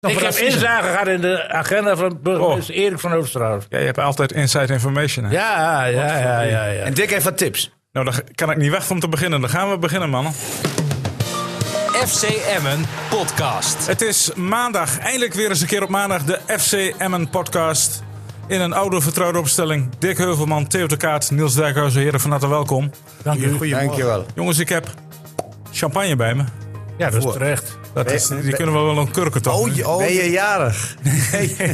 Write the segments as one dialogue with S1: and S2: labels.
S1: Nou,
S2: ik
S1: voor
S2: heb
S1: dat vieze.
S2: inzage gehad in de agenda van burgemeester Erik van Oosterhout.
S3: Ja, je hebt altijd inside information. Hè?
S2: Ja, ja, ja, ja. ja.
S1: En Dick heeft wat tips.
S3: Nou, dan kan ik niet weg om te beginnen. Dan gaan we beginnen, mannen.
S4: FC Emmen podcast.
S3: Het is maandag. Eindelijk weer eens een keer op maandag de FC Emmen podcast. In een oude vertrouwde opstelling. Dick Heuvelman, Theo de Kaat, Niels Dijkhuizen. Heren, van harte welkom.
S2: Dank u.
S1: Dankjewel.
S3: Jongens, ik heb champagne bij me.
S2: Ja, dat is
S1: Voor.
S2: terecht.
S3: Dat is, die kunnen we wel een kurken toch?
S1: Oh,
S3: nu?
S1: je, oh,
S5: Ben
S1: je-
S5: je jarig?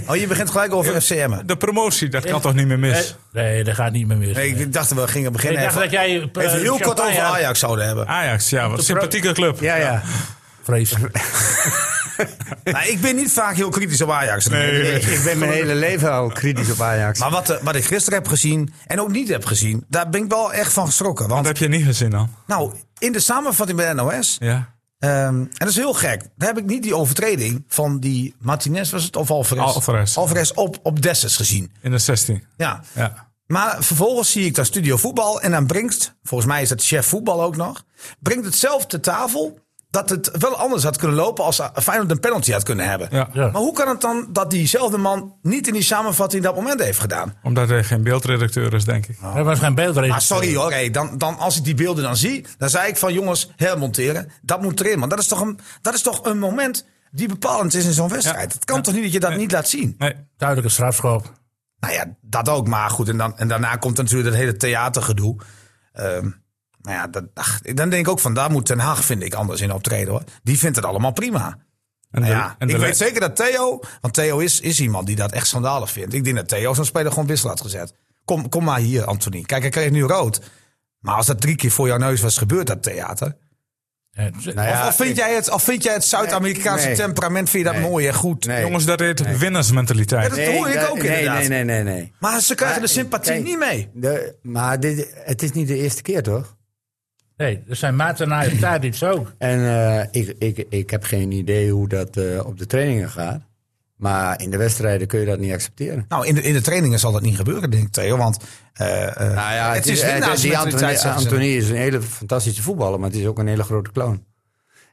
S1: oh, je begint gelijk over FCM'en.
S3: De promotie, dat kan toch niet meer
S1: Eh,
S3: mis?
S2: Nee, dat gaat niet meer mis.
S1: Nee, ik dacht dat we gingen
S2: ik
S1: beginnen.
S2: dacht dat
S1: even,
S2: jij... eh,
S1: even heel kort
S2: champagne
S1: over
S2: had.
S1: Ajax zouden hebben.
S3: Ajax, ja, wat sympathieke club.
S1: Ja, ja.
S2: Vrees.
S1: Maar ik ben niet vaak heel kritisch op Ajax.
S5: Ik, ik ben mijn hele leven al kritisch op Ajax.
S1: Maar wat, eh, wat ik gisteren heb gezien en ook niet heb gezien, daar ben ik wel echt van geschrokken.
S3: Dat
S1: Want
S3: heb je niet gezien dan.
S1: nou, in de samenvatting bij NOS,
S3: Ja.
S1: ehm, en dat is heel gek, daar heb ik niet die overtreding van die Martinez, was het, of Alvarez?
S3: Alvarez.
S1: Alvarez op, op Dessus gezien.
S3: In de 16.
S1: Ja.
S3: Ja.
S1: Maar vervolgens zie ik dan Studio Voetbal en dan brengt, volgens mij is dat chef voetbal ook nog, brengt het zelf te tafel dat het wel anders had kunnen lopen als Feyenoord een penalty had kunnen hebben.
S3: Ja.
S2: Ja.
S1: Maar hoe kan het dan dat diezelfde man niet in die samenvatting dat moment heeft gedaan?
S3: Omdat hij geen beeldredacteur is, denk ik.
S2: Er was geen beeldregel.
S1: Oh. Ah, sorry hoor, hey, dan, dan, als ik die beelden dan zie, dan zei ik van jongens, hermonteren, dat moet erin. Want dat is toch een, dat is toch een moment die bepalend is in zo'n wedstrijd.
S3: Ja.
S1: Het kan toch niet dat je dat niet laat zien?
S3: Nee.
S2: Duidelijke strafschop.
S1: Nou ja, dat ook, maar goed. En, dan, en daarna komt natuurlijk dat hele theatergedoe. Ehm nou ja, dat, ach, dan denk ik ook van, daar moet Ten Haag, vind ik, anders in optreden. Hoor. Die vindt het allemaal prima.
S3: En
S1: Nou
S3: de-
S1: ja,
S3: en de
S1: ik
S3: le-
S1: weet zeker dat Theo, want Theo is, is iemand die dat echt schandalig vindt. Ik denk dat Theo zo'n speler gewoon wissel had gezet. Kom, kom maar hier, Anthony. Kijk, hij kreeg nu rood. Maar als dat drie keer voor jouw neus was gebeurd, dat theater.
S2: Eh,
S5: Nou ja,
S1: of, of vind
S5: ik-
S1: jij het, of vind jij het Zuid-Amerikaanse
S5: Nee, nee.
S1: temperament, vind je dat
S5: Nee.
S1: mooi en goed?
S5: Nee.
S3: Jongens, dat heet winnersmentaliteit.
S1: dat hoor ik
S5: dat-
S1: ook
S5: nee,
S1: inderdaad.
S5: Nee, nee, nee, nee.
S1: Maar ze krijgen
S5: Maar,
S1: de sympathie
S5: kijk,
S1: niet mee.
S5: De, maar dit, het is niet de eerste keer, toch?
S2: Nee, er zijn Maarten en Tadic ook.
S1: Oh.
S5: En eh, ik, ik, ik heb geen idee hoe dat eh, op de trainingen gaat. Maar in de wedstrijden kun je dat niet accepteren.
S1: Nou, in de, in de trainingen zal dat niet gebeuren, denk ik, Theo. Want eh, eh,
S5: Nou ja, het, is, eh, die Anthony,
S1: winnaarsmentaliteit, zeggen ze.
S5: Anthony is een hele fantastische voetballer, maar het is ook een hele grote clown.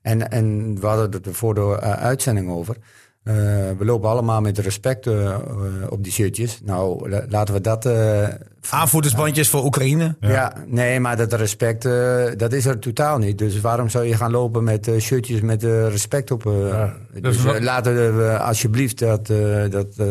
S5: En, en we hadden het er voor de eh, uitzending over. Eh, we lopen allemaal met respect eh, eh, op die shirtjes. Nou, la- laten we dat. eh,
S1: Aanvoerdersbandjes voor Oekraïne.
S5: ja. nee, maar dat respect, eh, dat is er totaal niet. Dus waarom zou je gaan lopen met eh, shirtjes met eh, respect op? eh, dus
S2: is wel-
S5: eh, laten we alsjeblieft dat, eh, dat, eh,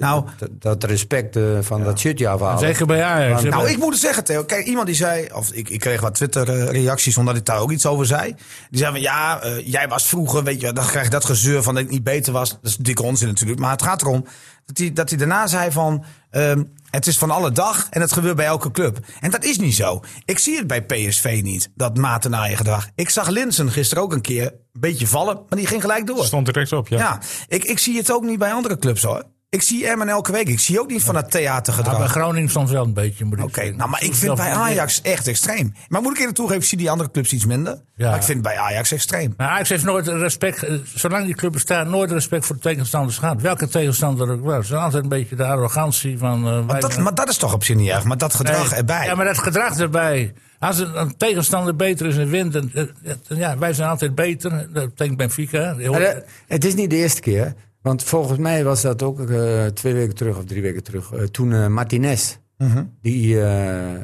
S1: Nou.
S5: dat, dat respect eh, van dat shirtje afhalen.
S2: Zeker bij Ajax.
S5: Nou,
S1: Nou, ik moet het zeggen, Theo. Kijk, iemand die zei, of ik, ik kreeg wat Twitter-reacties omdat ik daar ook iets over zei. Die zei van ja, eh, jij was vroeger, weet je, dan krijg je dat gezeur van dat ik niet beter was. Dat is dikke onzin natuurlijk. Maar het gaat erom dat hij, dat hij daarna zei van. ehm, het is van alle dag en het gebeurt bij elke club. En dat is niet zo. Ik zie het bij PSV niet, dat matenaaiengedrag. gedrag. Ik zag Linsen gisteren ook een keer een beetje vallen, maar die ging gelijk door.
S3: Stond direct op, ja.
S1: Ja, ik, ik zie het ook niet bij andere clubs hoor. Ik zie Emmen elke week. Ik zie ook niet van dat
S2: Ja,
S1: theatergedrag.
S2: bij
S1: Oké,
S2: Groningen soms wel een beetje, moet ik
S1: nou, maar ik vind bij Ajax echt extreem. Maar moet ik eerlijk toegeven, ik zie die andere clubs iets minder.
S2: Ja.
S1: Maar ik vind het bij Ajax extreem.
S2: Maar Ajax heeft nooit respect, eh, zolang die club bestaat, nooit respect voor de tegenstanders gehad. Welke tegenstander ook was. Ze hadden altijd een beetje de arrogantie van... eh, wij-
S1: Maar dat, maar dat is toch op zich niet erg, maar dat gedrag
S2: Nee,
S1: erbij.
S2: Ja, maar dat gedrag erbij. Als een, een tegenstander beter is en wint, dan, eh, dan- ja, wij zijn altijd beter. Dat betekent Benfica. Die hoort-
S5: Maar Eh, dat- het is niet de eerste keer. Want volgens mij was dat ook eh, twee weken terug of drie weken terug. eh, toen eh, Martinez,
S1: Mhm.
S5: die, eh, eh,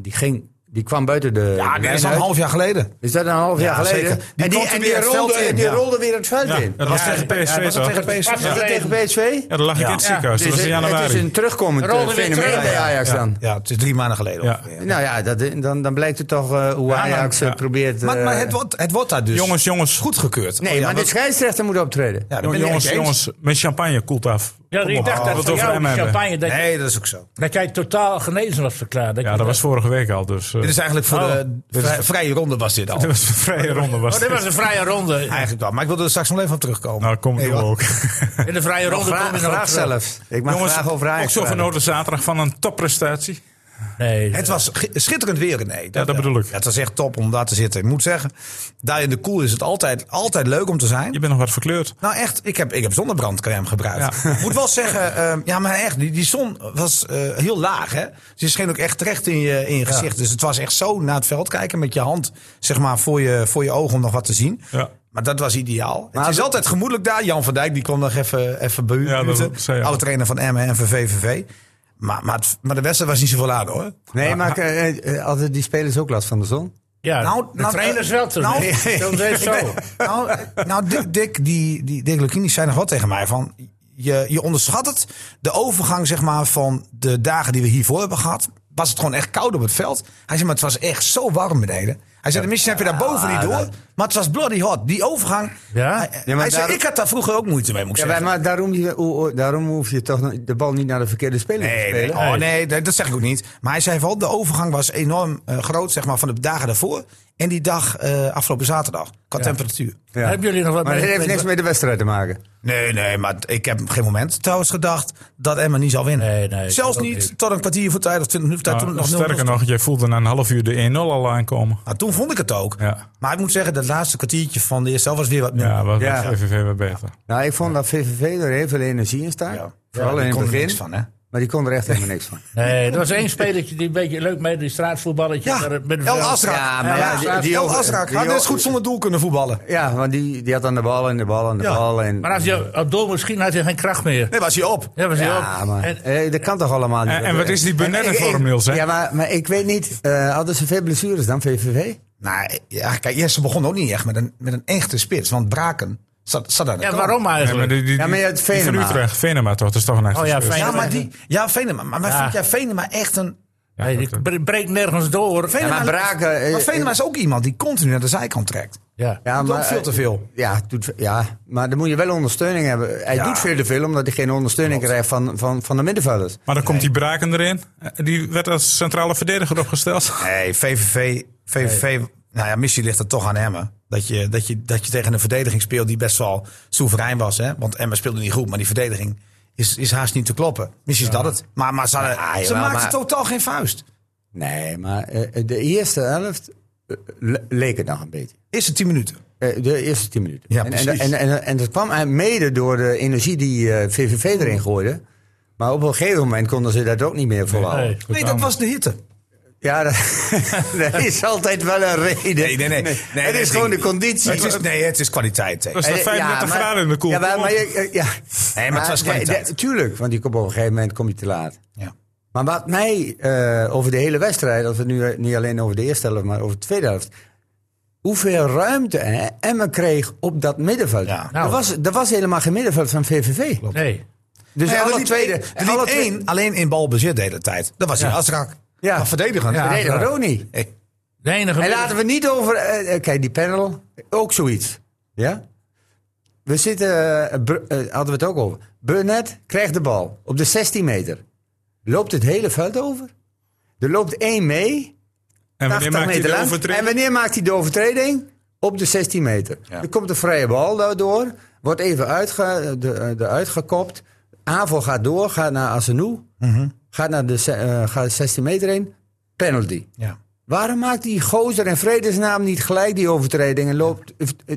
S5: die, ging, die kwam buiten de.
S1: ja,
S5: de
S1: dat is al
S5: lijn
S1: een
S5: uit.
S1: half jaar geleden.
S5: Is dat een half
S1: Ja,
S5: jaar geleden?
S1: zeker. Die
S5: en die,
S1: kwam toen
S5: en
S1: weer
S5: die,
S1: het
S5: rolde,
S1: veld in,
S5: en die
S1: ja.
S5: rolde weer het veld
S3: Ja,
S5: in.
S3: dat was tegen PSV,
S1: Ja, was dat
S3: toch?
S1: tegen PSV?
S5: Was dat
S2: Ja.
S5: tegen PSV?
S3: Ja, dan lag ik in het
S1: Ja.
S3: ziekenhuis. Dat
S5: Dus
S3: was in
S5: het, het is
S3: januari.
S5: een terugkomend eh,
S2: Rolde weer
S5: fenomeen
S2: terug.
S5: bij Ajax dan.
S1: Ja, het is drie maanden geleden.
S3: Ja.
S1: ongeveer.
S5: Nou ja, dat, dan, dan blijkt het toch eh, hoe
S2: maar-
S5: Ajax eh,
S3: Ja.
S5: probeert...
S1: Maar, maar
S5: eh,
S1: het, wordt, het wordt daar dus
S3: Jongens, jongens.
S1: goedgeurd.
S5: nee,
S1: Oh ja,
S5: maar de
S1: dat-
S5: scheidsrechter moet optreden.
S1: ja, dat ben ik
S3: Jongens,
S1: echt eens.
S3: jongens, met champagne koelt af.
S2: ja,
S3: Kom
S2: ik
S3: op,
S2: dacht
S3: we
S2: dat
S3: het
S2: voor
S3: over
S2: jou
S3: hem
S2: die
S3: hebben.
S2: champagne, dat,
S1: Nee, dat is ook zo.
S2: dat jij totaal genezen was verklaard.
S3: Ja, dat was vorige week al, dus... eh,
S1: Dit is eigenlijk voor de vrij- vrije ronde was dit al.
S3: dat was een vrije ronde. Was
S2: Oh, dit
S3: dit.
S2: was een vrije ronde.
S1: Eigenlijk wel. Maar ik wilde er straks nog even op terugkomen.
S3: Nou, komt
S1: Nee,
S3: nu
S1: hoor.
S3: ook.
S2: In de vrije ronde
S5: Graag,
S2: kom je nog
S5: graag
S2: op terug.
S5: zelfs. Ik mag
S3: Jongens,
S5: graag over Ajax
S3: ook zo
S5: praten.
S3: genoten zaterdag van een topprestatie.
S2: Nee,
S1: Het was gi- schitterend weer, René. Dat,
S3: dat bedoel ik.
S1: Het was echt top om daar te zitten. Ik moet zeggen, daar in de koel is het altijd, altijd leuk om te zijn.
S3: Je bent nog wat verkleurd.
S1: Nou echt, ik heb, ik heb zonnebrandcrème gebruikt.
S3: Ja.
S1: Ik moet wel zeggen, ehm, ja maar echt, die, die zon was eh, heel laag hè. Ze scheen ook echt terecht in je, in je gezicht. Dus het was echt zo naar het veld kijken met je hand zeg maar voor je, voor je ogen om nog wat te zien.
S3: Ja.
S1: Maar dat was ideaal.
S5: Maar
S1: het is
S5: we-
S1: altijd gemoedelijk daar. Jan van Dijk die kwam nog even, even
S3: Ja, dat
S1: behuurden.
S3: zei je al.
S1: Oude trainer van Emmen en van VVV. Maar, maar, het- maar de wedstrijd was niet zoveel aan hoor.
S5: Nee, maar eh, eh, hadden die spelers ook last van de zon?
S2: Ja,
S1: Nou,
S2: de
S1: nou,
S2: trainers
S1: eh,
S2: wel toen.
S1: nou,
S2: Nee, dat is zo.
S1: Nou, eh, nou Dick, Dick, die, die, Dick Lukini zei nog wat tegen mij van... Je, je onderschat het. De overgang zeg maar, van de dagen die we hiervoor hebben gehad... was het gewoon echt koud op het veld. Hij zei, maar het was echt zo warm beneden. Hij zei, de misschien heb je daar boven niet door. Maar het was bloody hot. Die overgang.
S2: Ja?
S1: Hij,
S5: Ah, Ja, maar
S1: hij zei,
S5: daar-
S1: ik had daar vroeger ook moeite mee, moet ik
S5: Ja,
S1: zeggen.
S5: maar- maar daarom, je- o- o- daarom hoef je toch de bal niet naar de verkeerde speler te
S1: Nee,
S5: spelen.
S1: nee, oh, nee, dat dat zeg ik ook niet. Maar hij zei wel, de overgang was enorm eh, groot zeg maar, van de dagen daarvoor. En die dag eh, afgelopen zaterdag, qua temperatuur.
S5: Ja.
S2: Hebben jullie nog wat
S5: Maar dat
S2: mee-
S5: heeft niks met de wedstrijd te maken.
S1: Nee, nee, maar ik heb op geen moment trouwens gedacht dat Emma niet zou winnen.
S2: Nee, nee,
S1: Zelfs
S2: dat ook
S1: niet,
S2: niet.
S1: tot een kwartier voor tijd of 20 minuten voor tijd.
S3: Nou,
S1: toen het nog 0-0
S3: sterker
S1: stond.
S3: nog, jij voelde na een half uur de 1-0 al aankomen.
S1: Nou, toen vond ik het ook.
S3: Ja.
S1: Maar ik moet zeggen, dat laatste kwartiertje van de eerste helft was weer wat minder.
S3: Ja, wat
S5: Ja.
S3: was VVV weer beter.
S5: Nou, ik vond dat VVV er heel veel energie in staat.
S1: Ja.
S5: Vooral
S1: Ja,
S5: in
S1: die kon er
S5: het begin.
S1: niks van, hè?
S5: Maar die kon er echt helemaal niks van.
S2: Nee, er was één spelertje die een beetje leuk mee, die straatvoetballetje.
S1: Ja,
S2: daar met een
S1: El
S2: veld.
S1: Asrak.
S5: Ja, maar ja, die- die
S1: El
S5: over-
S1: Asrak.
S5: die
S1: Had net
S5: over-
S1: zo goed zonder doel kunnen voetballen.
S5: Ja, want die, die had aan de bal en de bal en de
S1: Ja.
S5: bal. En,
S2: Maar als je op doel misschien had hij geen kracht meer.
S1: Nee, was hij op.
S2: Ja, was hij
S5: ja,
S2: ook.
S5: maar
S2: En-
S5: eh, dat kan toch allemaal niet.
S3: En, en wat is die
S5: En ik- ik-
S3: Burnett-vorm, Niels? Hè?
S5: Ja, maar, maar ik weet niet. eh, hadden ze veel blessures dan, VVV?
S1: Nou, ja, kijk, ja, ze begon ook niet echt met een, met een echte spits. Want Braken zat, zat aan de
S2: ja,
S1: kant.
S2: waarom
S3: Nee, maar
S2: eigenlijk?
S3: die, die,
S5: Ja, maar ja, het
S3: die van
S5: Venema.
S3: Utrecht, Venema toch? Dat is toch een echte
S2: Oh ja,
S3: spits.
S2: Venema.
S1: Ja, maar die... Ja, Venema. Maar, maar
S2: Ja.
S1: vind jij Venema echt een...
S3: Ja,
S2: Nee,
S3: dat-
S2: die bre- breekt nergens door.
S1: Venema,
S5: maar Braken, eh,
S1: Maar Venema is ook iemand die continu naar de zijkant trekt.
S2: Ja.
S5: Ja,
S1: Doet ook veel
S5: eh,
S1: te veel.
S5: Ja, doet, ja, maar dan moet je wel ondersteuning hebben. Hij
S1: Ja.
S5: doet veel te veel, omdat hij geen ondersteuning krijgt van, van, van de middenvelders.
S3: Maar dan komt die Braken erin. Eh, Die werd als centrale verdediger opgesteld.
S1: Nee, VVV, VVV nou ja, missie ligt er toch aan Emmen. Dat je, dat, je, dat je tegen een verdediging speelt die best wel soeverein was. Hè? Want Emmen speelde niet goed, maar die verdediging is, is haast niet te kloppen. Misschien is dat het. Maar, maar ze, hadden-
S5: Ja,
S1: ze
S5: jawel,
S1: maakten
S5: maar-
S1: totaal geen vuist.
S5: Nee, maar eh, de eerste helft eh, le- leek het nog een beetje.
S1: Eerste 10 minuten.
S5: Eh, de eerste tien minuten.
S1: Ja,
S5: en, en,
S1: precies.
S5: en, en, en dat kwam eigenlijk mede door de energie die eh, VVV erin gooide. Maar op een gegeven moment konden ze dat ook niet meer volhouden.
S2: Nee.
S1: Nee, dat was de hitte.
S5: Ja, dat, er is altijd wel een reden.
S1: Nee, nee, nee. Nee, nee,
S5: het is
S1: nee,
S5: gewoon
S1: nee.
S5: de conditie.
S1: Het is, nee, het is kwaliteit. hè.
S3: Dat is
S5: Eh,
S3: toch 35
S5: maar-
S3: graden in de koel.
S5: Ja, maar,
S3: Kom op.
S5: maar, je- eh, ja.
S1: Nee, maar het was
S5: de- de-
S1: kwaliteit.
S5: Tuurlijk, want die komt op een gegeven moment kom je te laat.
S1: Ja. Dus
S5: Maar wat mij eh, over de hele wedstrijd, als we het nu eh, niet alleen over de eerste helft, maar over de tweede helft. Hoeveel ruimte eh, Emmen kreeg op dat middenveld.
S1: Ja.
S5: er,
S2: Nou.
S5: was, er was helemaal geen middenveld van VVV.
S2: Nee.
S5: Dus
S1: Nou ja, er
S5: alle
S1: liep
S5: tweede.
S1: één- er liep
S5: alle twee-
S1: één alleen in balbezit de hele tijd. Dat was die Azrak.
S5: Ja.
S1: Maar verdedigend.
S5: Ja, nee,
S2: ja.
S5: Ronnie.
S1: Nee.
S2: De enige.
S5: En laten we niet over. eh, eh, kijk, die panel, ook zoiets. Ja? We zitten. eh, Br- eh, hadden we het ook over. Burnett krijgt de bal op de 16 meter. Loopt het hele veld over. Er loopt één mee.
S3: En
S5: 80
S3: wanneer maakt hij
S5: meter
S3: de
S5: lang. En
S3: overtreding?
S5: wanneer maakt hij de overtreding? Op de 16 meter. Er komt een vrije bal daardoor. Wordt even uitge, de, eh, de uitgekopt. Aanval gaat door, gaat naar Asenou.
S3: Mhm.
S5: Gaat naar de ze- eh, gaat de 16 meter heen. Penalty.
S1: Ja.
S5: Waarom maakt die gozer in vredesnaam niet gelijk die overtreding en loopt eh, eh,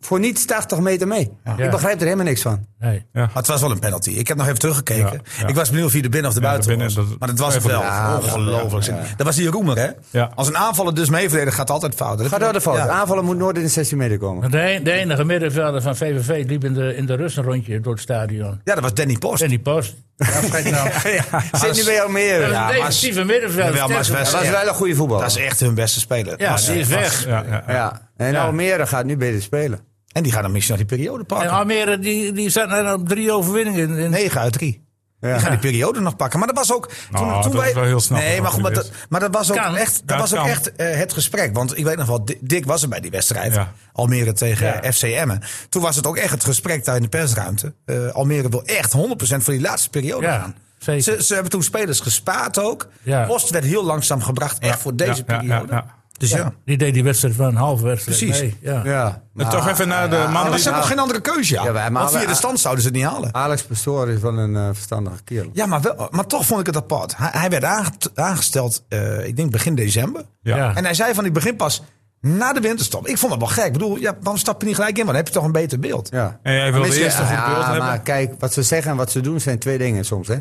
S5: voor niets 80 meter mee?
S2: Ja.
S5: Ik begrijp er helemaal niks van.
S2: Nee.
S1: Maar het was wel een penalty. Ik heb nog even teruggekeken.
S3: Ja, ja.
S1: Ik was benieuwd of hij er binnen of de
S3: Ja,
S1: buiten
S3: de binnen,
S1: was.
S3: dat-
S1: maar dat was het wel.
S5: Ja,
S1: Ongelooflijk. Dat was die roemer, hè?
S3: Ja.
S1: Als een aanvaller dus meeverdedigen, gaat altijd fout. Dat
S5: Gaat
S1: heb je-
S5: dat de fout?
S1: Ja.
S5: Aanvallen moet nooit in de 16 meter komen.
S2: De, en- de enige middenvelder van VVV liep in de, in de rust een rondje door het stadion.
S1: Ja, dat was Danny Post.
S2: En die post. Ja, vergeet nou.
S5: Zit nu bij Almere.
S2: Dat is
S5: Ja,
S2: een
S1: maar-
S2: defensieve middenvelder.
S1: Jawel, maar het is
S5: dat was
S1: Ja.
S5: wel een goede voetbal.
S1: Dat is echt hun beste speler.
S2: Ja,
S1: Maar-
S2: die is weg.
S3: Ja, ja, ja.
S5: Ja. En
S2: Ja.
S5: Almere gaat nu beter spelen.
S1: En die gaan dan misschien nog die periode
S2: En
S1: pakken.
S2: Almere die, die zat nou op drie overwinningen. in- in-
S1: 9 uit 3.
S5: Ja.
S1: Die gaan die periode nog pakken. Maar dat was ook. Toen,
S3: Nou,
S1: toen
S3: dat is wel heel snel
S1: Nee, maar goed. Maar dat,
S3: gecontroleerd.
S1: maar dat was ook
S2: Kan.
S1: echt, dat
S3: Ja,
S1: was ook
S3: kan.
S1: echt eh, het gesprek. Want ik weet nog wel, Di- Dick was er bij die wedstrijd.
S3: Ja.
S1: Almere tegen
S2: Ja.
S1: eh, FC Emmen. Toen was het ook echt het gesprek daar in de persruimte. Eh, Almere wil echt 100% voor die laatste periode
S2: Ja,
S1: gaan.
S2: zeker.
S1: Ze, ze hebben toen spelers gespaard ook.
S2: Ja.
S1: Post werd heel langzaam gebracht. Echt voor deze
S3: Ja, ja,
S1: periode.
S3: ja, ja.
S1: Dus ja.
S2: Die deed die wedstrijd van een halve wedstrijd.
S1: Precies.
S2: mee, ja.
S5: Ja.
S3: En
S5: Maar
S3: toch even naar de
S1: Maar
S3: man
S1: ze
S3: die...
S1: hebben nog geen andere keuze, ja.
S5: Ja, wij- maar
S1: Want via
S5: we-
S1: de stand zouden ze het niet halen.
S5: Alex Pastoor is wel een eh, verstandige kerel.
S1: Ja, maar, wel, maar toch vond ik het apart. Hij, hij werd aanget- aangesteld, eh, ik denk begin december.
S3: Ja.
S2: Ja.
S1: En hij zei van, ik begin pas na de winterstop. Ik vond dat wel gek. Ik bedoel, ja, waarom stap je niet gelijk in? Want dan heb je toch een beter beeld.
S5: Ja.
S3: En jij wilde
S5: Misschien-
S3: eerst een goed
S5: ja,
S3: beeld
S5: maar
S3: hebben.
S5: kijk, wat ze zeggen en wat ze doen zijn twee dingen soms. Hè?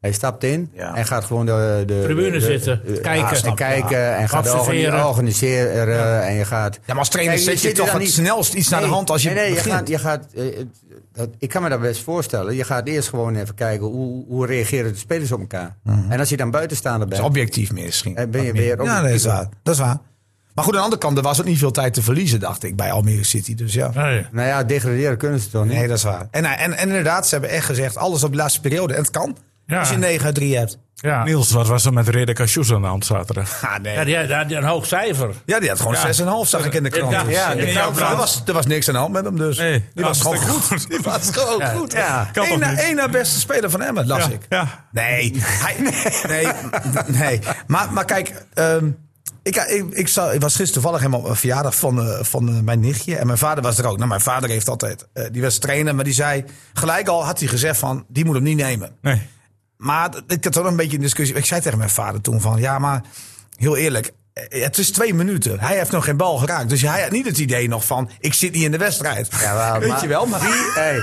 S5: Hij stapt in
S1: Ja.
S5: en gaat gewoon de... de
S2: Tribune
S5: de-
S2: zitten,
S5: de-
S2: kijken.
S5: en
S2: Ja.
S5: kijken en gaat
S2: Observeren.
S5: organi- organiseren en je gaat...
S1: Ja, maar als trainer
S5: Kijk,
S1: zet je
S5: zit er
S1: toch
S5: dan
S1: het
S5: niet-
S1: snelst iets naar de
S5: Nee,
S1: hand als je
S5: nee, nee,
S1: begint.
S5: Je gaat, je gaat, eh, het- dat, ik kan me dat best voorstellen. Je gaat eerst gewoon even kijken hoe, hoe reageren de spelers op elkaar. En als je dan buitenstaander
S1: Mhm. Dat
S5: bent,
S1: is objectief meer misschien.
S5: Eh, ben je
S1: Wat meer.
S5: weer objectief.
S1: Ja, nee, dat is waar. Dat is waar. Maar goed, aan de andere kant, er was ook niet veel tijd te verliezen, dacht ik, bij Almere City. Dus ja.
S2: Nee.
S5: nou ja, degraderen kunnen ze toch niet.
S1: Nee, dat is waar. En, en, en inderdaad, ze hebben echt gezegd, alles op de laatste periode. En het kan.
S2: Ja.
S1: Als je 9 uit 3 hebt.
S2: Ja.
S3: Niels, wat was er met Rede Cachous aan de hand zaterdag?
S1: Ah, nee.
S2: Ja,
S1: Ja, die,
S2: die, had- die had een hoog cijfer.
S1: had gewoon 6,5, zag ik in de krant.
S2: Ja,
S1: Ja,
S2: ja,
S1: die-
S2: in
S1: ja,
S2: jouw krant.
S1: er, was, er was niks aan de hand met hem dus.
S3: Nee,
S1: die was gewoon
S3: hartstikke
S1: goed. Die was gewoon goed. Ja.
S3: Kan toch
S1: Eén na,
S3: niet?
S1: één na beste speler van Emmen, las
S3: Ja,
S1: ik.
S3: ja.
S1: Nee, hij, nee, nee. Maar, maar kijk, ehm, ik, ik, ik, zou- ik was gisteren toevallig helemaal op een verjaardag van, eh, van eh, mijn nichtje. En mijn vader was er ook. Nou, mijn vader heeft altijd, eh, die was trainer, maar die zei... Gelijk al had hij gezegd van, die moet hem niet nemen.
S3: Nee.
S1: Maar d- ik had ook nog een beetje een discussie. Ik zei tegen mijn vader toen van, ja, maar heel eerlijk... eh, Het is twee minuten. Hij heeft nog geen bal geraakt. Dus hij had niet het idee nog van, ik zit niet in de wedstrijd.
S5: Ja, maar-
S1: Weet
S5: maar-
S1: je wel, maar...
S5: Hey.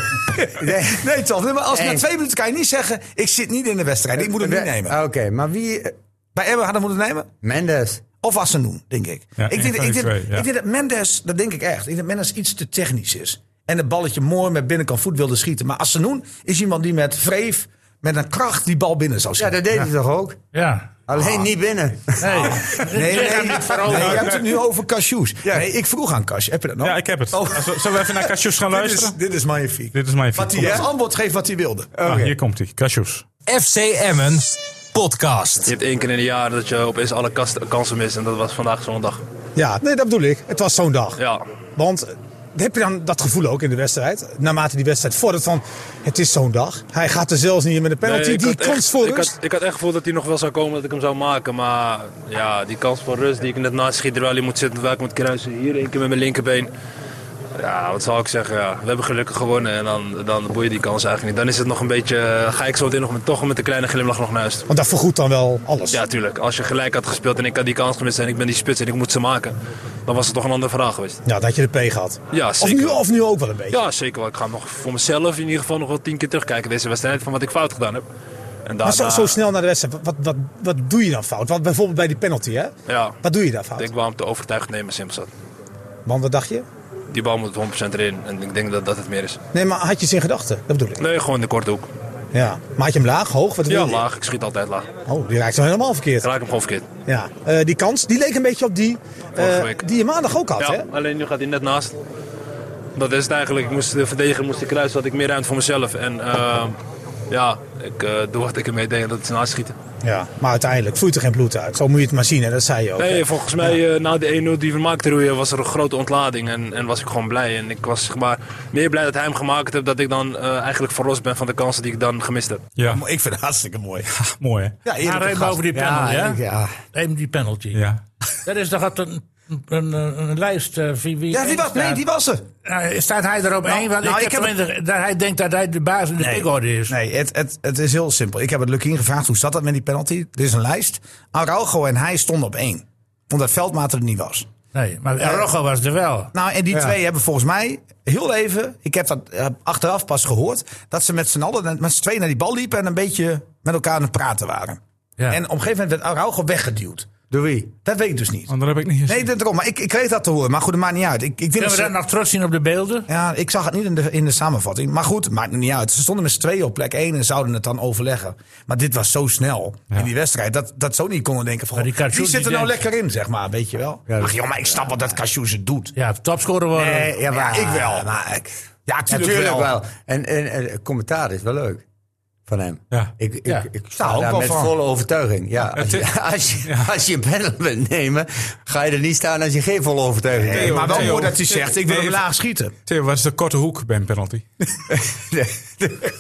S1: Nee, nee, toch? Nee, maar als na
S5: Nee.
S1: twee minuten kan je niet zeggen: ik zit niet in de wedstrijd. Ik moet hem niet
S5: We-
S1: nemen.
S5: Oké, maar wie... eh,
S1: Bij Emmen hadden we moeten nemen.
S5: Mendes.
S1: Of was ze doen, denk ik.
S3: Ja,
S1: ik,
S3: één
S1: denk,
S3: van
S1: ik,
S3: die
S1: denk,
S3: twee, ja.
S1: ik denk dat Mendes, dat denk ik echt. Ik denk dat Mendes iets te technisch is. En het balletje mooi met binnenkant voet wilde schieten. Maar Assenoen is iemand die met vreef, met een kracht die bal binnen zou
S5: Ja,
S1: schieten.
S5: dat deed hij toch ook?
S2: Ja.
S5: Alleen
S1: Ah.
S5: niet binnen.
S2: Nee.
S1: nee, nee,
S2: Zeg hem
S1: nee,
S2: niet veroveren.
S1: je hebt het nu over cashews. Nee, ik vroeg aan Cash. Heb je dat nog?
S3: Ja, ik heb het.
S1: Oh,
S3: Zullen we even naar Cachous gaan
S1: dit, is,
S3: luisteren?
S1: dit is magnifiek.
S3: Dit is mijn
S1: Wat
S3: Kom
S1: hij als
S6: eh,
S3: maar.
S1: antwoord geeft wat hij wilde.
S3: Ah, Hier komt hij, Cachous.
S4: FC Eh, Emmen podcast.
S7: Je hebt één keer in een jaar dat je opeens alle kast- kansen mist. En dat was vandaag zo'n dag.
S6: Ja, nee, dat bedoel ik. Het was zo'n dag.
S7: Ja,
S6: Want eh, heb je dan dat gevoel ook in de wedstrijd? Naarmate die wedstrijd vordert van, het is zo'n dag. Hij gaat er zelfs niet in met een penalty.
S7: Nee, ik
S6: die
S7: had echt-
S6: kans voor
S7: ik
S6: rust.
S7: Had, ik had echt gevoeld dat hij nog wel zou komen dat ik hem zou maken. Maar ja, die kans voor rust die ik net naast schiet terwijl hij moet zitten, terwijl ik moet kruisen. Hier één keer met mijn linkerbeen. Ja, wat zal ik zeggen? Ja, we hebben gelukkig gewonnen en dan, dan boeien die kans eigenlijk niet. Dan is het nog een beetje, eh, ga ik zo meteen nog met, toch met een kleine glimlach nog naar huis.
S6: Want dat vergoedt dan wel alles.
S7: Ja, tuurlijk. Als je gelijk had gespeeld en ik had die kans gemist en ik ben die spits en ik moet ze maken. Dan was het toch een andere vraag geweest.
S6: Ja, dat je de P gehad.
S7: Ja,
S6: Of
S7: zeker.
S6: nu, of nu ook wel een beetje.
S7: Ja, zeker wel. Ik ga nog voor mezelf in ieder geval nog wel tien keer terugkijken deze wedstrijd van wat ik fout gedaan heb. En daarna,
S6: Maar zo, zo snel naar de wedstrijd. Wat, wat, wat doe je dan fout? Wat, bijvoorbeeld bij die penalty, hè?
S7: Ja,
S6: Wat doe je daar
S7: ik
S6: fout?
S7: denk wel om te overtuigd nemen, simpel zat.
S6: Want wat dacht je?
S7: Die bal moet 100% erin en ik denk dat dat het meer is.
S6: Nee, maar had je ze in gedachten? Dat bedoel ik.
S7: Nee, gewoon in de korte hoek.
S6: Ja. Maar had je hem laag, hoog? Wat
S7: Ja,
S6: wilde je?
S7: laag. Ik schiet altijd laag. Ik
S6: Oh, die raakt hem helemaal verkeerd.
S7: raak hem gewoon verkeerd.
S6: Ja. Eh, die kans, die leek een beetje op die
S7: Vorige
S6: eh,
S7: week.
S6: die je maandag ook had, hè?
S7: Ja, alleen nu gaat hij net naast. Dat is het eigenlijk. Ik moest de verdediger moest ik kruisen, had ik meer ruimte voor mezelf. En eh, ja, ik eh, doe wat ik ermee deed en dat is naast schieten.
S6: Ja, maar uiteindelijk vloeit er geen bloed uit. Zo moet je het maar zien, hè? dat zei je ook.
S7: Nee, volgens mij eh, na de 1-0 die we maakten, Roeien, was er een grote ontlading en, en was ik gewoon blij. En ik was zeg maar meer blij dat hij hem gemaakt heeft, dat ik dan eh, eigenlijk verlost ben van de kansen die ik dan gemist heb.
S3: Ja,
S1: Ik vind het hartstikke mooi.
S3: mooi hè?
S1: Ja,
S2: Maar
S1: eerlijke
S2: even
S1: gast.
S2: over die penalty, hè?
S5: ja.
S2: Even die penalty.
S3: Ja.
S2: Dat is toch altijd een, een, een, een lijst eh, wie, wie
S1: Ja,
S2: één
S1: die was, nee,
S2: staat.
S1: die was er.
S2: Nou, staat hij erop
S1: Nou,
S2: één? Want
S1: nou,
S2: ik
S1: ik
S2: heb
S1: heb
S2: hem in de- dat hij denkt dat hij de baas in de pickorder is.
S1: Nee, het, het, het is heel simpel. Ik heb het Lukien gevraagd hoe zat dat met die penalty. Er is een lijst. Araujo en hij stonden op één. Omdat Veldmaat er niet was.
S2: Nee, maar Rogge was er wel.
S1: Nou, en die twee hebben volgens mij heel even... Ik heb dat eh, achteraf pas gehoord. Dat ze met z'n allen, met z'n tweeën naar die bal liepen... en een beetje met elkaar aan het praten waren.
S2: Ja.
S1: En op een gegeven moment werd Araujo weggeduwd.
S5: Door wie?
S1: Dat weet ik dus
S2: Oh,
S1: niet.
S3: Want dat heb ik niet gezien.
S1: Nee, dat erom. Maar ik, ik kreeg dat te horen. Maar goed, dat maakt niet uit. Ik, ik denk
S2: Kunnen
S1: dat
S2: we
S1: ze-
S2: dat nog terugzien op de beelden?
S1: Ja, ik zag het niet in de, in de samenvatting. Maar goed, maakt het niet uit. Ze stonden met z'n tweeën op plek 1 en zouden het dan overleggen. Maar dit was zo snel in die wedstrijd dat, dat ze ook niet konden denken van...
S2: Maar die
S1: Die,
S2: Kajus,
S1: zit er
S2: die
S1: nou
S2: denkt-
S1: lekker in, zeg maar, weet je wel.
S5: dat-
S1: Ach joh, maar ik snap wat dat Cassius het doet.
S2: Ja, topscorer worden.
S1: Nee, Eh, ja, maar-
S5: ik wel.
S1: maar ik- ja, tuurlijk,
S5: Natuurlijk
S1: wel.
S5: wel. En, en, en het commentaar is wel leuk van hem.
S3: Ja.
S5: Ik, ik,
S2: Ja.
S5: ik
S1: Daar
S5: sta
S1: hou ik
S5: daar
S1: wel
S5: met
S1: van.
S5: volle overtuiging. Ja,
S3: het-
S5: als, je, als, je, als je een panel wilt nemen, ga je er niet staan als je geen volle overtuiging
S1: Nee,
S5: hebt.
S1: maar wel
S3: Theo.
S1: mooi dat hij zegt, ik wil hem
S3: Nee,
S1: laag schieten.
S3: Theo, wat is de korte hoek bij een penalty?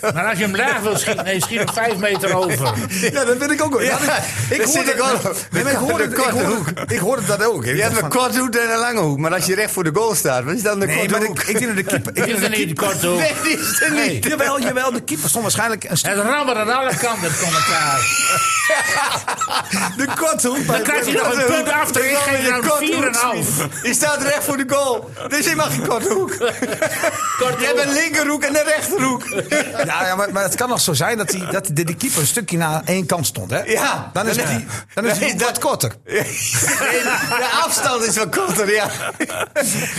S2: Maar als je hem laag wil schieten, nee, schiet hem vijf meter over.
S1: Ja, dat vind ik ook wel. Ja,
S5: Ja,
S1: ik, ik
S5: dat
S1: hoorde
S5: zit ik
S1: het-
S5: wel.
S1: Nee, maar ik hoorde het- ik
S5: korte
S1: hoorde het- ik hoorde dat ook. Ik
S5: Je
S1: dacht
S5: hebt een
S1: van-
S5: korte hoek en een lange hoek. Maar als je recht voor de goal staat, wat is dan de
S1: Nee,
S5: korte
S1: maar
S5: hoek?
S1: ik, ik denk dat de keeper...
S2: Dit
S1: ik denk
S2: is
S1: dat
S2: er
S1: de
S2: niet, die
S1: keeper-
S2: korte hoek.
S5: Nee, die is er niet.
S1: Jawel, jawel, de keeper stond waarschijnlijk een stuk...
S2: Het rammert aan alle kanten, het commentaar.
S5: De korte hoek.
S2: Dan krijgt hij nog een punt af, dan geef je nou een 4,5.
S5: Je staat recht voor de goal. Dus je mag geen korte hoek. Je hebt een linkerhoek en een rechterhoek.
S1: Ja, ja maar, maar het kan nog zo zijn dat, die, dat de, de keeper een stukje naar één kant stond. Hè?
S8: Ja.
S1: Dan is
S8: Ja.
S1: die, dan is die
S8: Nee,
S1: hoek
S8: dat-
S1: wat korter.
S8: De afstand is wel korter, ja.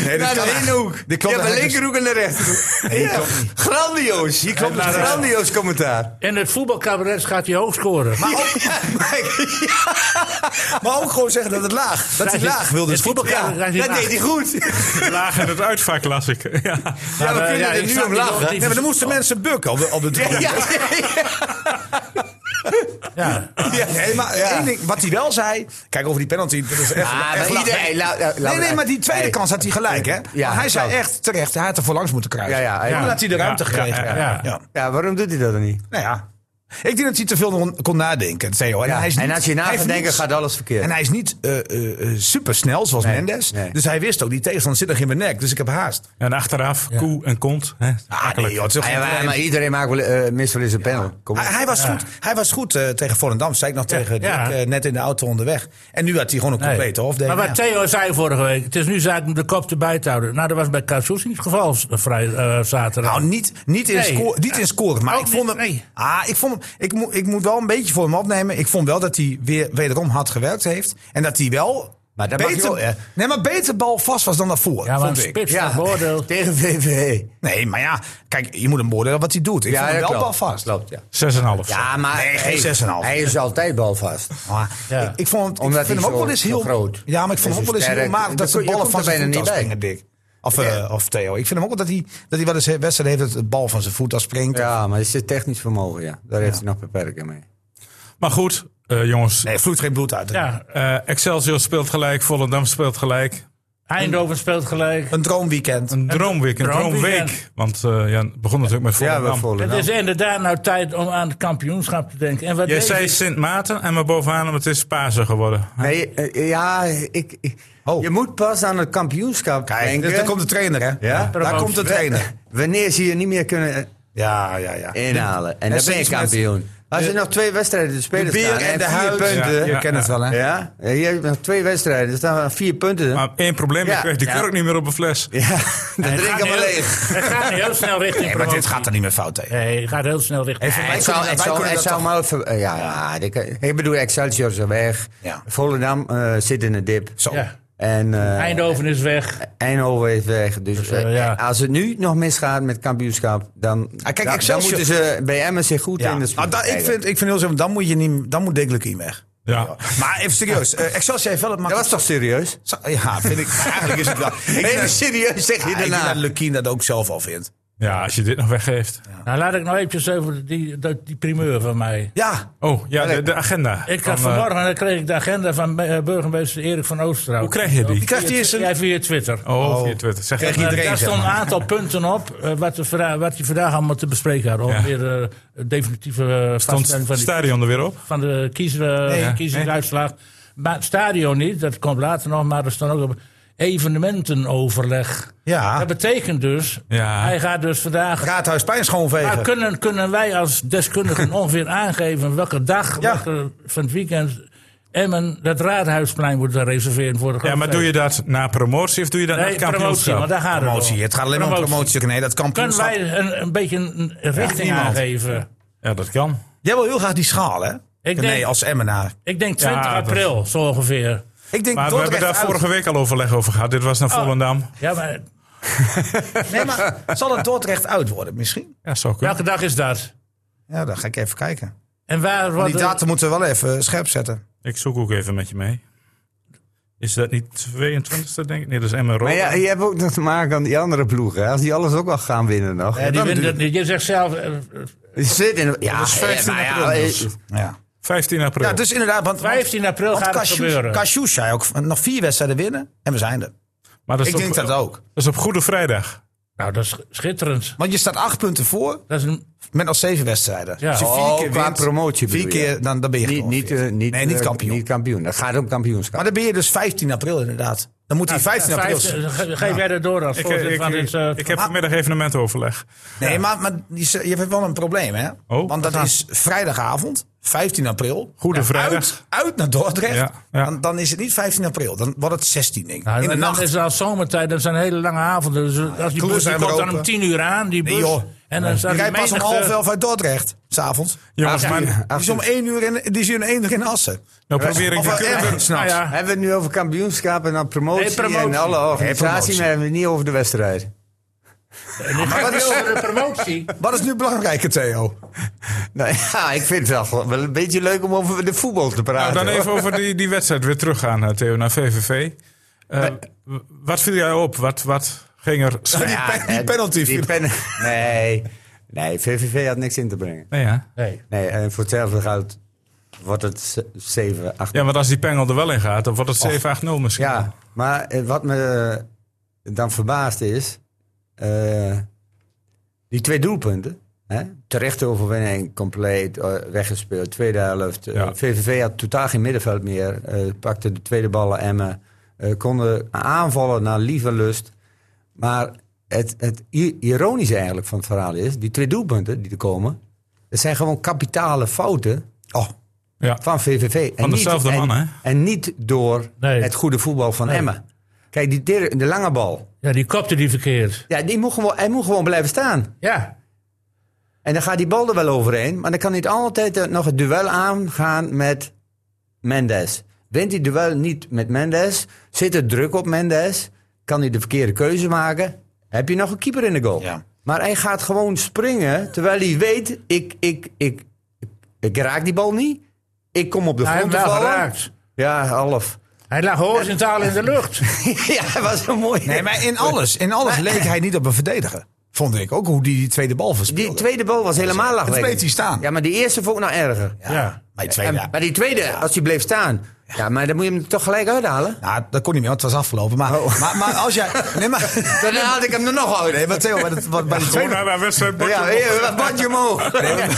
S1: Nee,
S8: Naar de ene hoek.
S1: Dit
S8: Je
S1: klopt
S8: hebt een
S1: eigenlijk
S8: linkerhoek en een rechterhoek. Ja, Grandioos. Hier klopt een grandioos commentaar.
S2: En het voetbalcabaret gaat hij hoog scoren. Maar
S1: Oh Maar ook gewoon zeggen dat het laag, dat hij laag wilde
S2: Het
S1: schieten.
S8: Ja,
S2: voetbalcabaret gaat hij
S8: dat
S2: laag.
S8: deed hij goed.
S3: Laag in het uitvak las ik. Ja.
S8: Ja, we
S2: eh,
S8: kunnen
S2: ja,
S8: er
S2: ik
S8: nu
S2: snap
S8: om
S2: niet
S8: lachen.
S2: waarom die
S1: Nee, maar dan moesten mensen bukken op de, op de
S8: Ja,
S1: driehoek.
S8: ja,
S5: Ah,
S2: Ja.
S1: Nee, maar één ding, wat hij wel zei... Kijk, over die penalty, dat is echt,
S8: Ah, maar
S1: echt lach,
S8: iedereen-
S1: hè?
S8: la- la- la-
S1: nee, nee, maar die tweede
S8: Hey.
S1: kans had hij gelijk, hè?
S8: Ja,
S1: maar hij zei
S8: klopt.
S1: echt terecht, hij had er voorlangs moeten kruisen.
S5: Ja, ja, hij-
S1: Omdat hij de ruimte gekregen had.
S2: ja.
S1: Ja.
S5: Ja, waarom doet hij dat dan niet?
S1: Nou ja. Ik denk dat hij te veel kon- kon nadenken, Theo. En,
S5: Ja,
S1: hij is niet,
S5: en als je na
S1: hij
S5: gaat
S1: heeft
S5: denken,
S1: niets-
S5: gaat alles verkeerd.
S1: En hij is niet eh, super snel zoals
S5: Nee,
S1: Mendes.
S5: nee.
S1: Dus hij wist ook, die tegenstander zit nog in mijn nek. Dus ik heb haast.
S3: En achteraf, koe en kont. Hè.
S1: Ah, nee, joh, het is
S5: Ah,
S1: gewoon-
S5: ja, maar, maar iedereen maakt wel, eh, mist wel eens een panel. Kom op.
S1: hij, hij was goed, hij was goed eh, tegen Volendam, zei ik nog tegen
S2: ja.
S1: Dirk, eh, net in de auto onderweg. En nu had hij gewoon een
S2: Nee.
S1: complete hoofd.
S2: Maar wat Theo zei vorige week, het is nu zaak om de kop erbij te houden. Nou, dat was bij Katsous niet het geval v- vrij, eh, zaterdag.
S1: Nou, niet, niet, in,
S2: Nee.
S1: score, niet in scoren. Maar
S2: Ook
S1: ik vond
S2: niet,
S1: hem.
S2: nee.
S1: Ah, ik, vond hem ik, moet, ik moet wel een beetje voor hem opnemen. Ik vond wel dat hij weer wederom hard gewerkt heeft. En dat hij wel.
S5: Maar dat mag
S1: beter,
S5: je wel, hè?
S1: nee, maar beter bal vast was dan daarvoor.
S2: ja, maar een
S1: vond ik.
S2: spits ja. beoordeeld.
S5: Tegen VVV.
S1: E. Nee, maar ja, kijk, je moet hem beoordelen wat hij doet. Ik vond hem wel bal vast.
S5: Klopt, ja.
S3: 6,5.
S5: ja, maar
S1: Nee, geen 6,5.
S5: hij is altijd balvast.
S1: Maar
S2: Ja.
S1: ik, ik vond, hem- ik vind
S5: Omdat hij
S1: hem ook
S5: zo-
S1: wel eens
S5: zo
S1: heel
S5: groot
S1: Ja, maar ik
S5: en
S1: vond hem
S5: zo
S1: ook wel eens heel
S5: sterk.
S1: maak
S5: Dan
S1: dat ze
S5: kun- je
S1: ballen
S5: komt
S1: van
S5: er
S1: zijn
S5: bijna
S1: voet
S5: niet bij.
S1: afspringen, Dick. Of, eh, of Theo. Ik vind hem ook wel dat hij, dat hij wel eens wedstrijd heeft dat het bal van zijn voet afspringt.
S5: Ja, maar het is zijn technisch vermogen, ja. Daar heeft hij nog beperkingen mee.
S1: Ah.
S3: Maar goed, eh, jongens.
S1: Nee, vloeit geen bloed uit.
S2: Ja,
S3: Eh, Excelsior speelt gelijk, Volendam speelt gelijk.
S2: Eindhoven speelt gelijk.
S1: Een droomweekend.
S3: Een droomweek, een
S2: droomweekend.
S3: droomweek. Want eh, ja, het begon natuurlijk met
S5: Ja, we
S3: Volendam.
S5: volgen
S2: Het is inderdaad nou tijd om aan het kampioenschap te denken. En wat
S3: Jij
S2: deed
S3: zei
S2: ik?
S3: Sint Maarten en maar bovenaan hem, het is Pasen geworden.
S5: Nee, eh, ja, ik, ik-
S1: Oh.
S5: je moet pas aan het kampioenschap
S1: Kijk,
S5: denken.
S1: dus daar komt de trainer, hè?
S5: Ja?
S1: Daar komt de trainer.
S5: Wanneer ze je niet meer kunnen
S1: Ja, ja, ja.
S5: eh, inhalen. En
S1: Dat
S5: dan
S1: is
S5: ben je
S1: iets met-
S5: kampioen. Als je nog twee wedstrijden te spelen staan en vier punten.
S1: Je
S5: Ja.
S1: kent het wel, hè?
S5: je hebt nog twee wedstrijden, er staan vier punten.
S3: Maar één probleem, ik
S5: Ja.
S3: kreeg die
S5: Ja.
S3: kurk niet meer op mijn fles.
S5: ja, dan
S2: Het
S5: drink
S2: gaat
S5: hem maar
S2: heel-
S5: leeg.
S2: Het gaat heel snel richting
S1: Nee, maar dit
S2: promotie.
S1: gaat er niet meer fout tegen.
S2: Nee, het gaat heel snel richting
S1: Even-
S2: promotie.
S1: wij
S5: Het zou,
S1: kunnen- wij
S5: het zou,
S1: kunnen
S5: het
S1: dat
S5: zou maar ver- ja, die kan- ik bedoel, Excelsior is er weg.
S1: Ja.
S5: Volendam eh, zit in een dip.
S1: Zo.
S2: Ja.
S5: En eh,
S2: Eindhoven is weg.
S5: Eindhoven is weg. Dus,
S2: eh,
S5: eh,
S2: ja.
S5: als het nu nog misgaat met kampioenschap, dan,
S1: Ah, kijk,
S5: dan, dan
S1: Excelsior-
S5: moeten ze bij Emmen zich goed
S1: Ja.
S5: in de spits
S1: Nou, dat- ik,
S5: krijgen.
S1: vind, ik vind heel simpel, dan moet, je niet, dan moet Dick Lukien weg.
S3: Ja.
S1: Maar even serieus, eh, Excelsior heeft wel het
S5: Dat was
S1: makkelijk.
S5: toch serieus?
S1: Ja, vind ik. Eigenlijk is het wel. Ik denk
S5: Even
S1: dat-
S5: serieus zeg je
S1: Ja, ik denk
S5: daarna.
S1: dat Lukien dat ook zelf al vindt.
S3: ja, als je dit nog weggeeft.
S2: Nou, laat ik nog eventjes over die, dat- die primeur van mij.
S1: Ja,
S3: Oh, ja, de, de agenda.
S2: Ik had
S3: Van, eh,
S2: vanmorgen dan kreeg ik de agenda van eh, burgemeester Erik van Oosterhout.
S3: Hoe krijg je die?
S1: die krijgt hij eens een...
S2: Ja, via Twitter.
S3: Oh, via Twitter. Zeg
S1: Krijg
S3: het.
S1: iedereen,
S2: Eh, daar
S1: zeg
S2: stond een
S1: maar.
S2: aantal punten op eh, wat, we vra- wat die vandaag allemaal te bespreken hadden. Om
S3: Ja.
S2: weer eh, definitieve eh,
S3: Stond
S2: vaststelling van,
S3: het
S2: die-
S3: stadion er weer op?
S2: van de kiezer,
S3: Nee.
S2: kiezersuitslag. Maar het stadion niet, dat komt later nog. Maar er stond ook op evenementenoverleg.
S1: Ja,
S2: Dat betekent dus,
S3: Ja.
S2: hij gaat dus vandaag
S1: Raadhuis Pijn schoonvegen.
S2: Maar kunnen, kunnen wij als deskundigen ongeveer aangeven welke dag
S1: Ja.
S2: welke van het weekend Emmen dat raadhuisplein moet reserveren voor de
S3: Ja, maar doe je
S2: grote
S3: dat na promotie of doe je dat na
S2: Nee,
S3: het
S2: promotie,
S3: kampioenschap?
S2: want daar gaat
S1: promotie.
S2: het
S1: Het
S2: om.
S1: gaat alleen maar om promotie. Nee, dat
S2: Kunnen
S1: kampioenschap.
S2: wij een, een beetje een richting
S1: niemand.
S2: aangeven?
S3: Ja, dat kan.
S1: Jij wil heel graag die schaal, hè?
S2: denk-
S1: nee, als Emmenaar.
S2: Ik denk 20
S3: Ja, dat-
S2: april, zo ongeveer.
S1: Ik denk
S3: Maar we hebben daar
S1: Dordrecht uit. Oh.
S3: vorige week al overleg over gehad. Dit was naar Volendam.
S2: Ja, maar
S1: Nee, maar zal het Dordrecht uit worden misschien?
S3: Ja, zou kunnen.
S2: welke dag is dat?
S1: Ja, dan ga ik even kijken. eh,
S2: En waar
S1: Maar
S2: wordt
S1: die
S2: het-
S1: datum moeten we wel even scherp zetten.
S3: Ik zoek ook even met je mee. Is dat niet 22e, denk ik? Nee, dat is Emma
S5: Maar ja, je hebt ook nog te maken aan die andere ploegen. hè. Als die alles ook al gaan winnen nog.
S2: Eh, die
S5: dan
S2: winnen
S5: doe-
S2: dat niet. Je zegt zelf, eh,
S5: Je zit in... Ja,
S3: is 15
S5: eh, maar ja,
S3: april,
S5: eh,
S3: dus.
S1: Ja,
S3: 15 april.
S1: ja dus inderdaad. Want, want-
S2: 15 april
S1: want
S2: gaat het
S1: Cassius-
S2: gebeuren.
S1: Cassius zei ook nog vier wedstrijden winnen en we zijn er.
S3: maar dat is
S1: Ik
S3: op-
S1: denk dat ook.
S3: Dat is op Goede Vrijdag.
S2: nou dat is schitterend.
S1: Want je staat acht punten voor
S2: Dat is een,
S1: met nog zeven wedstrijden.
S2: Ja.
S1: Als je vier
S5: Oh,
S1: keer
S5: qua
S1: wint,
S5: promotie
S1: vier
S5: bedoel je?
S1: keer, dan, dan ben je
S5: Niet,
S1: gewoon
S5: niet,
S1: fit.
S5: eh, niet,
S1: nee, niet
S5: eh,
S1: kampioen.
S5: Niet kampioen. Dat gaat om kampioenschap.
S1: maar dan ben je dus 15 april inderdaad. Dan moet hij 15 april...
S2: vijftien- ge- geef jij dat door als
S3: Ik,
S2: voorzitter
S3: ik,
S2: van
S3: ik,
S2: dit... eh,
S3: ik heb vanmiddag evenementoverleg.
S1: Nee, maar, maar die is- je hebt wel een probleem, hè? Want dat
S3: Oh, wat
S1: is vrijdagavond, 15 april.
S3: Goede
S1: Ja,
S3: vrijdag.
S1: Uit, uit naar Dordrecht.
S3: Ja, ja.
S1: Dan, dan is het niet 15 april, dan wordt het 16, denk ik.
S2: Nou,
S1: In de
S2: dan
S1: nacht.
S2: is het al zomertijd, dat zijn hele lange avonden. Dus als die
S1: kroegen
S2: bus die
S1: zijn weer
S2: komt dan
S1: open.
S2: om tien uur aan, die bus.
S1: joh.
S2: En dan zat
S1: Ik
S2: die
S1: rijd pas om
S2: menigte-
S1: half elf uit Dordrecht, s'avonds.
S3: Jongens, maar
S1: Die is om één uur in, die is om één uur in Assen.
S3: nou probeer ik
S1: Of
S3: de
S1: wel
S3: keur-
S1: ergens, s'nachts.
S2: Nou ja.
S5: Hebben we het nu over kampioenschap en dan promotie,
S2: Nee, promotie.
S5: en alle
S1: Nee,
S5: organisatie,
S1: promotie.
S5: maar hebben we het niet over de wedstrijd.
S2: Nu gaat het over de promotie.
S1: Wat is nu belangrijker, Theo?
S5: Nou ja, ik vind het wel, wel een beetje leuk om over de voetbal te
S3: Nou,
S5: praten.
S3: dan
S5: hoor.
S3: even over die, die wedstrijd weer teruggaan, eh, Theo, naar VVV. Eh, w- Wat viel jij op? Wat, wat ging er...
S1: Die, pe- die
S5: en
S1: penalty.
S5: die pen- nee, nee, VVV had niks in te brengen.
S3: Nee, ja.
S2: Nee.
S5: Nee, en voor hetzelfde geld wordt het ze- 7, 8.
S3: ja, want als die pengel er wel in gaat, dan wordt het 7-8-0 misschien.
S5: Ja, maar eh, wat me eh, dan verbaast is, eh, die twee doelpunten. Hè? Terechte overwinning, compleet, eh, weggespeeld, tweede helft. eh,
S3: Ja.
S5: VVV had totaal geen middenveld meer. eh, pakte de tweede ballen Emmen. eh, konden aanvallen naar lieve lust. Maar het, het i- ironische eigenlijk van het verhaal is, die twee doelpunten die er komen, dat zijn gewoon kapitale fouten
S3: Oh, Ja.
S5: van VVV. En
S3: Van dezelfde
S5: niet, en-
S3: man, hè?
S5: En niet door
S2: Nee.
S5: het goede voetbal van Emmen. Kijk, die, der- de lange bal.
S2: Ja, die kopte die verkeerd.
S5: Ja, die moet gewoon, hij moet gewoon blijven staan.
S2: Ja.
S5: En dan gaat die bal er wel overheen. Maar dan kan hij het altijd eh, nog het duel aangaan met Mendes. Wint hij het duel niet met Mendes, zit er druk op Mendes, kan hij de verkeerde keuze maken, heb je nog een keeper in de goal.
S1: Ja.
S5: Maar hij gaat gewoon springen, terwijl hij weet, ik, ik, ik, ik raak die bal niet. Ik kom op de
S2: Hij heeft
S5: grond te
S2: wel
S5: vallen.
S2: geraakt.
S5: Ja, half.
S2: Hij lag horizontaal in de lucht.
S5: ja, dat was een mooie.
S1: Nee, maar in alles, in alles leek hij niet op een verdediger. Vond ik ook hoe die, die tweede bal verspeelde.
S5: Die tweede bal was helemaal lachwekkend.
S1: Het bleef hij staan.
S5: Ja, maar die eerste vond ik nou erger.
S2: Ja.
S1: Maar die tweede,
S5: En-
S1: ja.
S5: maar die tweede, als die bleef staan. Ja, maar dan moet je hem toch gelijk uithalen.
S1: Nou, dat kon niet meer, want het was afgelopen. Maar, maar, maar als jij... Nee, maar,
S5: Dan haal Oh. ik hem er nog uit.
S1: nee, maar Theo, bij, het, wat, bij, die
S3: Gewoon
S1: tweede,
S3: naar de wedstrijd.
S5: Ja, hé, wat bandje omhoog.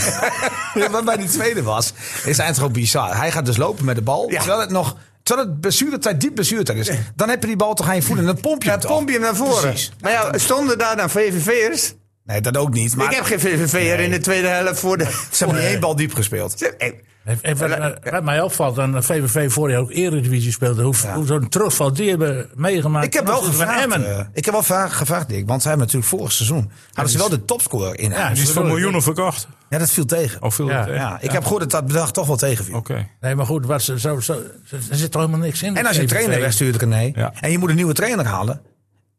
S1: Ja, wat bij die tweede was, is eigenlijk gewoon bizar. Hij gaat dus lopen met de bal, terwijl het nog... Terwijl het blessuretijd, diep blessuretijd is. Dan heb je die bal toch aan je voet en dan pomp je hem
S5: Dan
S1: toch?
S5: pomp je hem naar voren.
S1: Precies.
S5: Maar ja, stonden daar dan VVV'ers?
S1: Nee, dat ook niet. Maar
S5: ik heb geen VVV'er in de tweede helft voor de...
S1: ze hebben niet één bal diep gespeeld.
S5: Ze- eh,
S2: En- en wat, eh, wat mij opvalt, aan de VVV voor je ook Eredivisie speelde, hoe, hoe zo'n terugval die hebben meegemaakt.
S1: Ik heb wel
S2: Van
S1: gevraagd,
S2: Emmen.
S1: eh, ik heb wel vra- gevraagd, Dick. Want zij hebben natuurlijk vorig seizoen... hadden ze wel de topscorer in
S2: Ja,
S1: huis.
S3: Die is voor miljoenen verkocht.
S1: Ja, dat viel tegen.
S3: Of viel
S2: Ja.
S3: dat tegen?
S1: Ja, ik heb gehoord dat dat bedrag toch wel tegenviel.
S3: Oké.
S2: nee, maar goed, wat, ze- zo, zo, er zit toch helemaal niks in.
S1: En als je een
S2: VVV.
S1: trainer wegstuurt, René,
S3: Ja.
S1: en je moet een nieuwe trainer halen...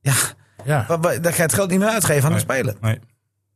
S1: Ja,
S2: Ja.
S1: wa- wa- dan ga je het geld niet meer uitgeven aan de speler.
S3: Nee.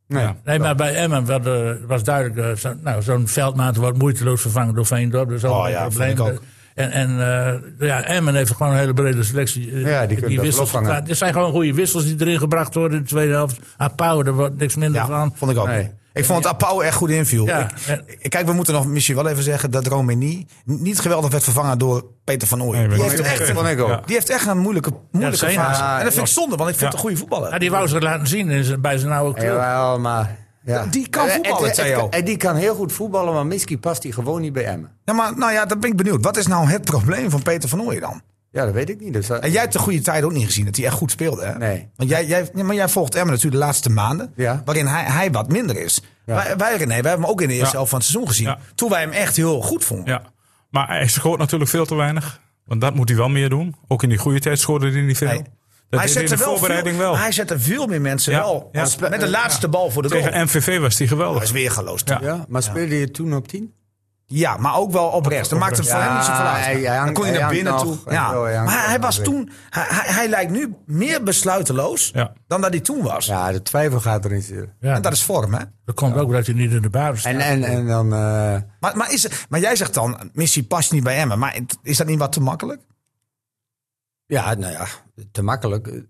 S3: Ja.
S2: Nee, maar bij Emmen werd, eh, was duidelijk, eh, zo- nou, zo'n veldmaat wordt moeiteloos vervangen door Veendorp. Dat is allemaal
S1: Oh ja,
S2: geen probleem.
S1: vind ik ook.
S2: En, en eh, ja, Emmen heeft gewoon een hele brede selectie. eh,
S5: Ja, die kunnen dat
S2: wissels
S5: opvangen.
S2: geklaard. Er zijn gewoon goede wissels die erin gebracht worden in de tweede helft. Ah, Pauw, daar wordt niks minder
S1: Ja,
S2: van.
S1: vond ik ook.
S5: Nee.
S1: Ik vond het Apau echt goed inviel.
S2: Ja,
S1: Ik- ik- kijk, we moeten nog misschien wel even zeggen dat Romani niet geweldig werd vervangen door Peter van Ooyen.
S3: Nee,
S1: die,
S3: maar-
S1: heeft echt,
S5: vond ik ook.
S3: Ja.
S1: die heeft echt een moeilijke, moeilijke
S2: zeker.
S1: fase.
S5: Ja,
S1: en dat vind ik
S5: klopt.
S1: zonde, want ik vind het een goede
S2: Ja,
S1: voetballer.
S2: die wou ze laten zien in zijn- bij zijn oude club.
S5: Jawel, maar... Ja.
S1: Die kan
S5: Eh,
S1: voetballen,
S5: het- het-
S1: Theo.
S5: het- En die kan heel goed voetballen, maar misschien past hij gewoon niet bij Emmen.
S1: Ja, maar nou ja, dan ben ik benieuwd. Wat is nou het probleem van Peter van Ooyen dan?
S5: Ja, dat weet ik niet. Dus, dat-
S1: En jij hebt de goede tijd ook niet gezien dat hij echt goed speelde. Hè?
S5: Nee.
S1: Want jij, jij, ja, maar jij volgt Emmen natuurlijk de laatste maanden.
S5: Ja.
S1: Waarin hij, hij wat minder is. Wij, wij, René, wij hebben hem ook in de eerste
S3: Ja.
S1: helft van het seizoen gezien.
S3: Ja.
S1: Toen wij hem echt heel goed vonden.
S3: Ja. Maar hij scoort natuurlijk veel te weinig. Want dat moet hij wel meer doen. Ook in die goede tijd scoorde hij niet veel.
S1: Nee. hij
S3: Dat deed hij in
S1: zette
S3: de
S1: wel
S3: voorbereiding
S1: veel,
S3: wel.
S1: Hij zette veel meer mensen
S3: Ja,
S1: wel.
S3: ja.
S1: als- met de
S5: eh,
S1: laatste bal voor de goal.
S3: Tegen MVV was hij
S1: Hij
S3: geweldig.
S1: is weer geloosd. Ja.
S3: Ja.
S5: ja, maar speelde je toen op 10?
S1: maar ook wel oprecht. Dat maakt het voor hem niet zoveel uit.
S5: hij- hij
S1: Dan
S5: hangt-
S1: kon hij
S5: hij
S1: naar
S5: hangt
S1: binnen toe.
S5: nog.
S1: Ja.
S5: Oh, hij hangt
S1: Maar hij
S5: nog
S1: was
S5: weer.
S1: toen... Hij, hij, hij lijkt nu meer besluiteloos
S3: Ja.
S1: dan dat hij toen was.
S5: Ja, de twijfel gaat erin zitten.
S2: Ja,
S1: En dat is vorm, hè?
S2: dat komt ook dat hij niet in de basis staat.
S5: En, en, en dan... eh,
S1: Maar, maar, is, het- maar jij zegt dan, missie past niet bij Emmen. Maar het- is dat niet wat te makkelijk?
S5: Ja, nou ja, te makkelijk.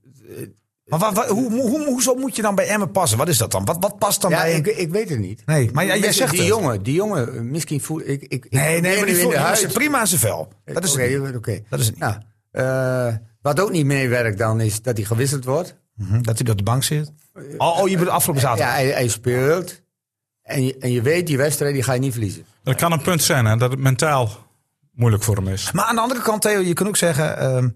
S1: Maar wat, wat- hoe, hoe, hoe- hoezo moet je dan bij Emmen passen? Wat is dat dan? Wat, wat past dan
S5: Ja,
S1: bij...
S5: ik, ik weet het niet.
S1: Nee, maar jij- jij
S5: Misschien
S1: zegt
S5: die
S1: het.
S5: jongen, die jongen, eh, misschien voel ik. ik, ik
S1: nee,
S5: ik ben
S1: nee, maar die
S5: nu
S1: voelt- hij
S5: huid.
S1: zit prima aan zijn vel. Dat is
S5: Oké,
S1: het niet.
S5: oké.
S1: Dat is het niet.
S5: Nou, eh, wat ook niet meewerkt dan is dat hij gewisseld wordt.
S1: Mhm, Dat hij op de bank zit. Oh, oh je bedoelt afgelopen zaterdag.
S5: Ja, hij, hij speelt. En je, en je weet, die wedstrijd die ga je niet verliezen.
S3: Dat kan een punt zijn hè, dat het mentaal moeilijk voor hem is.
S1: Maar aan de andere kant, Theo, je kunt ook zeggen... ehm,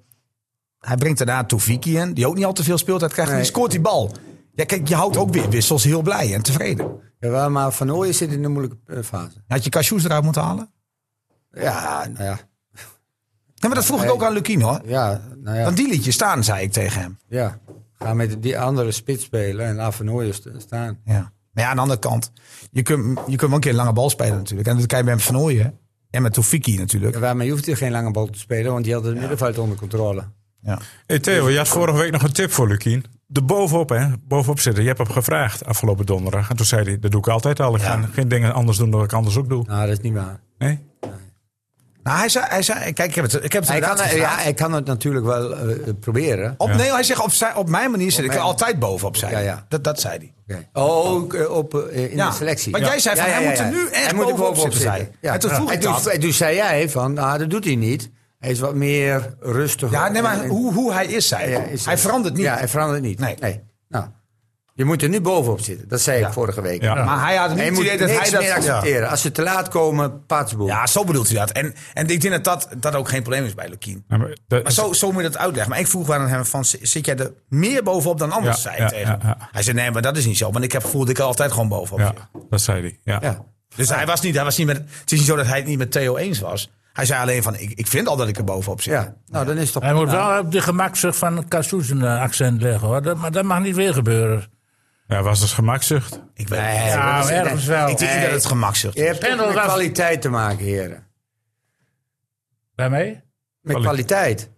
S1: hij brengt daarna Toefiki in, die ook niet al te veel speeltijd krijgt. En
S5: Nee.
S1: die scoort die bal. Ja, kijk, je houdt ook weer wissels heel blij en tevreden.
S5: Jawel, maar Van Ooyen zit in een moeilijke eh, fase.
S1: Had je Cashews eruit moeten halen?
S5: Ja, nou ja.
S1: Nee, maar dat vroeg ik ook aan Lukien, hoor.
S5: Ja, nou ja.
S1: Want die liet je staan, zei ik tegen hem.
S5: ja. Ga met die andere spits spelen en laat Van Ooyen st- staan.
S1: Ja. Maar ja, aan de andere kant, je kunt, je kunt wel een keer een lange bal spelen natuurlijk. En dat kan je bij Van Ooyen en met Tofiki natuurlijk.
S5: Ja, Waarmee hoeft hij geen lange bal te spelen, want die had het middenveld onder controle.
S1: Ja.
S3: Hey Theo, je had vorige week nog een tip voor Lukien. De bovenop, hè? Bovenop zitten. Je hebt hem gevraagd afgelopen donderdag. En toen zei hij: Dat doe ik altijd al. Ik ga geen dingen anders doen dan ik anders ook doe.
S5: Nou, dat is niet waar.
S3: Nee?
S1: Nou, hij zei, hij zei, kijk, ik heb het, ik heb het
S5: Hij kan, eh,
S1: inderdaad gevraagd.
S5: ja, hij kan het natuurlijk wel eh, eh, proberen.
S1: Op, Nee, hij zegt op, zijn, op mijn manier zit ik er
S5: mijn-
S1: altijd bovenop zijn.
S5: Ja, ja.
S1: Dat, dat zei hij.
S5: Oké. Oh, ook eh, op, eh, in
S1: Ja,
S5: de selectie.
S1: want jij zei van, hij moet er nu echt
S5: Hij moet er
S1: bovenop zitten.
S5: Ja.
S1: En toen vroeg
S5: en
S1: ik
S5: toen,
S1: dat.
S5: en toen zei jij van, ah, dat doet hij niet. Hij is wat meer rustig.
S1: Ja, nee, maar
S5: En-
S1: hoe, hoe hij is, zei
S5: Ja,
S1: hij.
S5: is-
S1: Hij verandert niet.
S5: Ja, hij verandert niet.
S1: Nee.
S5: Nee. Nou, je moet er nu bovenop zitten. Dat zei ik
S1: Ja.
S5: vorige week.
S3: Ja.
S1: Maar hij had
S5: En
S1: niet
S5: je
S1: het
S5: moet
S1: idee dat
S5: niks
S1: hij dat...
S5: meer accepteren. Als ze te laat komen, patsboel.
S1: Ja, zo bedoelt hij dat. En, en ik denk dat, dat dat ook geen probleem is bij Lukien.
S3: Ja, maar dat-
S1: Maar zo, zo moet je dat uitleggen. Maar ik vroeg wel aan hem van, zi- zit jij er meer bovenop dan anders,
S3: Ja,
S1: zei
S3: ja,
S1: ik tegen hem.
S3: ja, ja.
S1: Hij zei, nee, maar dat is niet zo. Want ik heb voelde ik er altijd gewoon bovenop
S3: ja,
S1: zit.
S3: dat zei hij. Ja.
S5: Ja.
S1: Dus hij was niet, hij was niet met, het is niet zo dat hij het niet met Theo eens was. Hij zei alleen van, ik, ik vind al dat ik er bovenop zit.
S5: Ja. nou dan is het toch...
S2: Hij moet wel op de gemakzucht van Kassoes een eh, accent leggen hoor. Dat, maar dat mag niet weer gebeuren.
S3: Ja, was dus gemakzucht.
S1: Ik weet
S5: Nee,
S1: het.
S2: Ja,
S5: dat is-
S2: ergens wel.
S1: Ik denk niet dat het gemak zegt.
S5: Je hebt
S2: En
S5: ook met
S2: dat-
S5: kwaliteit te maken, heren.
S2: Daarmee?
S5: Met kwaliteit.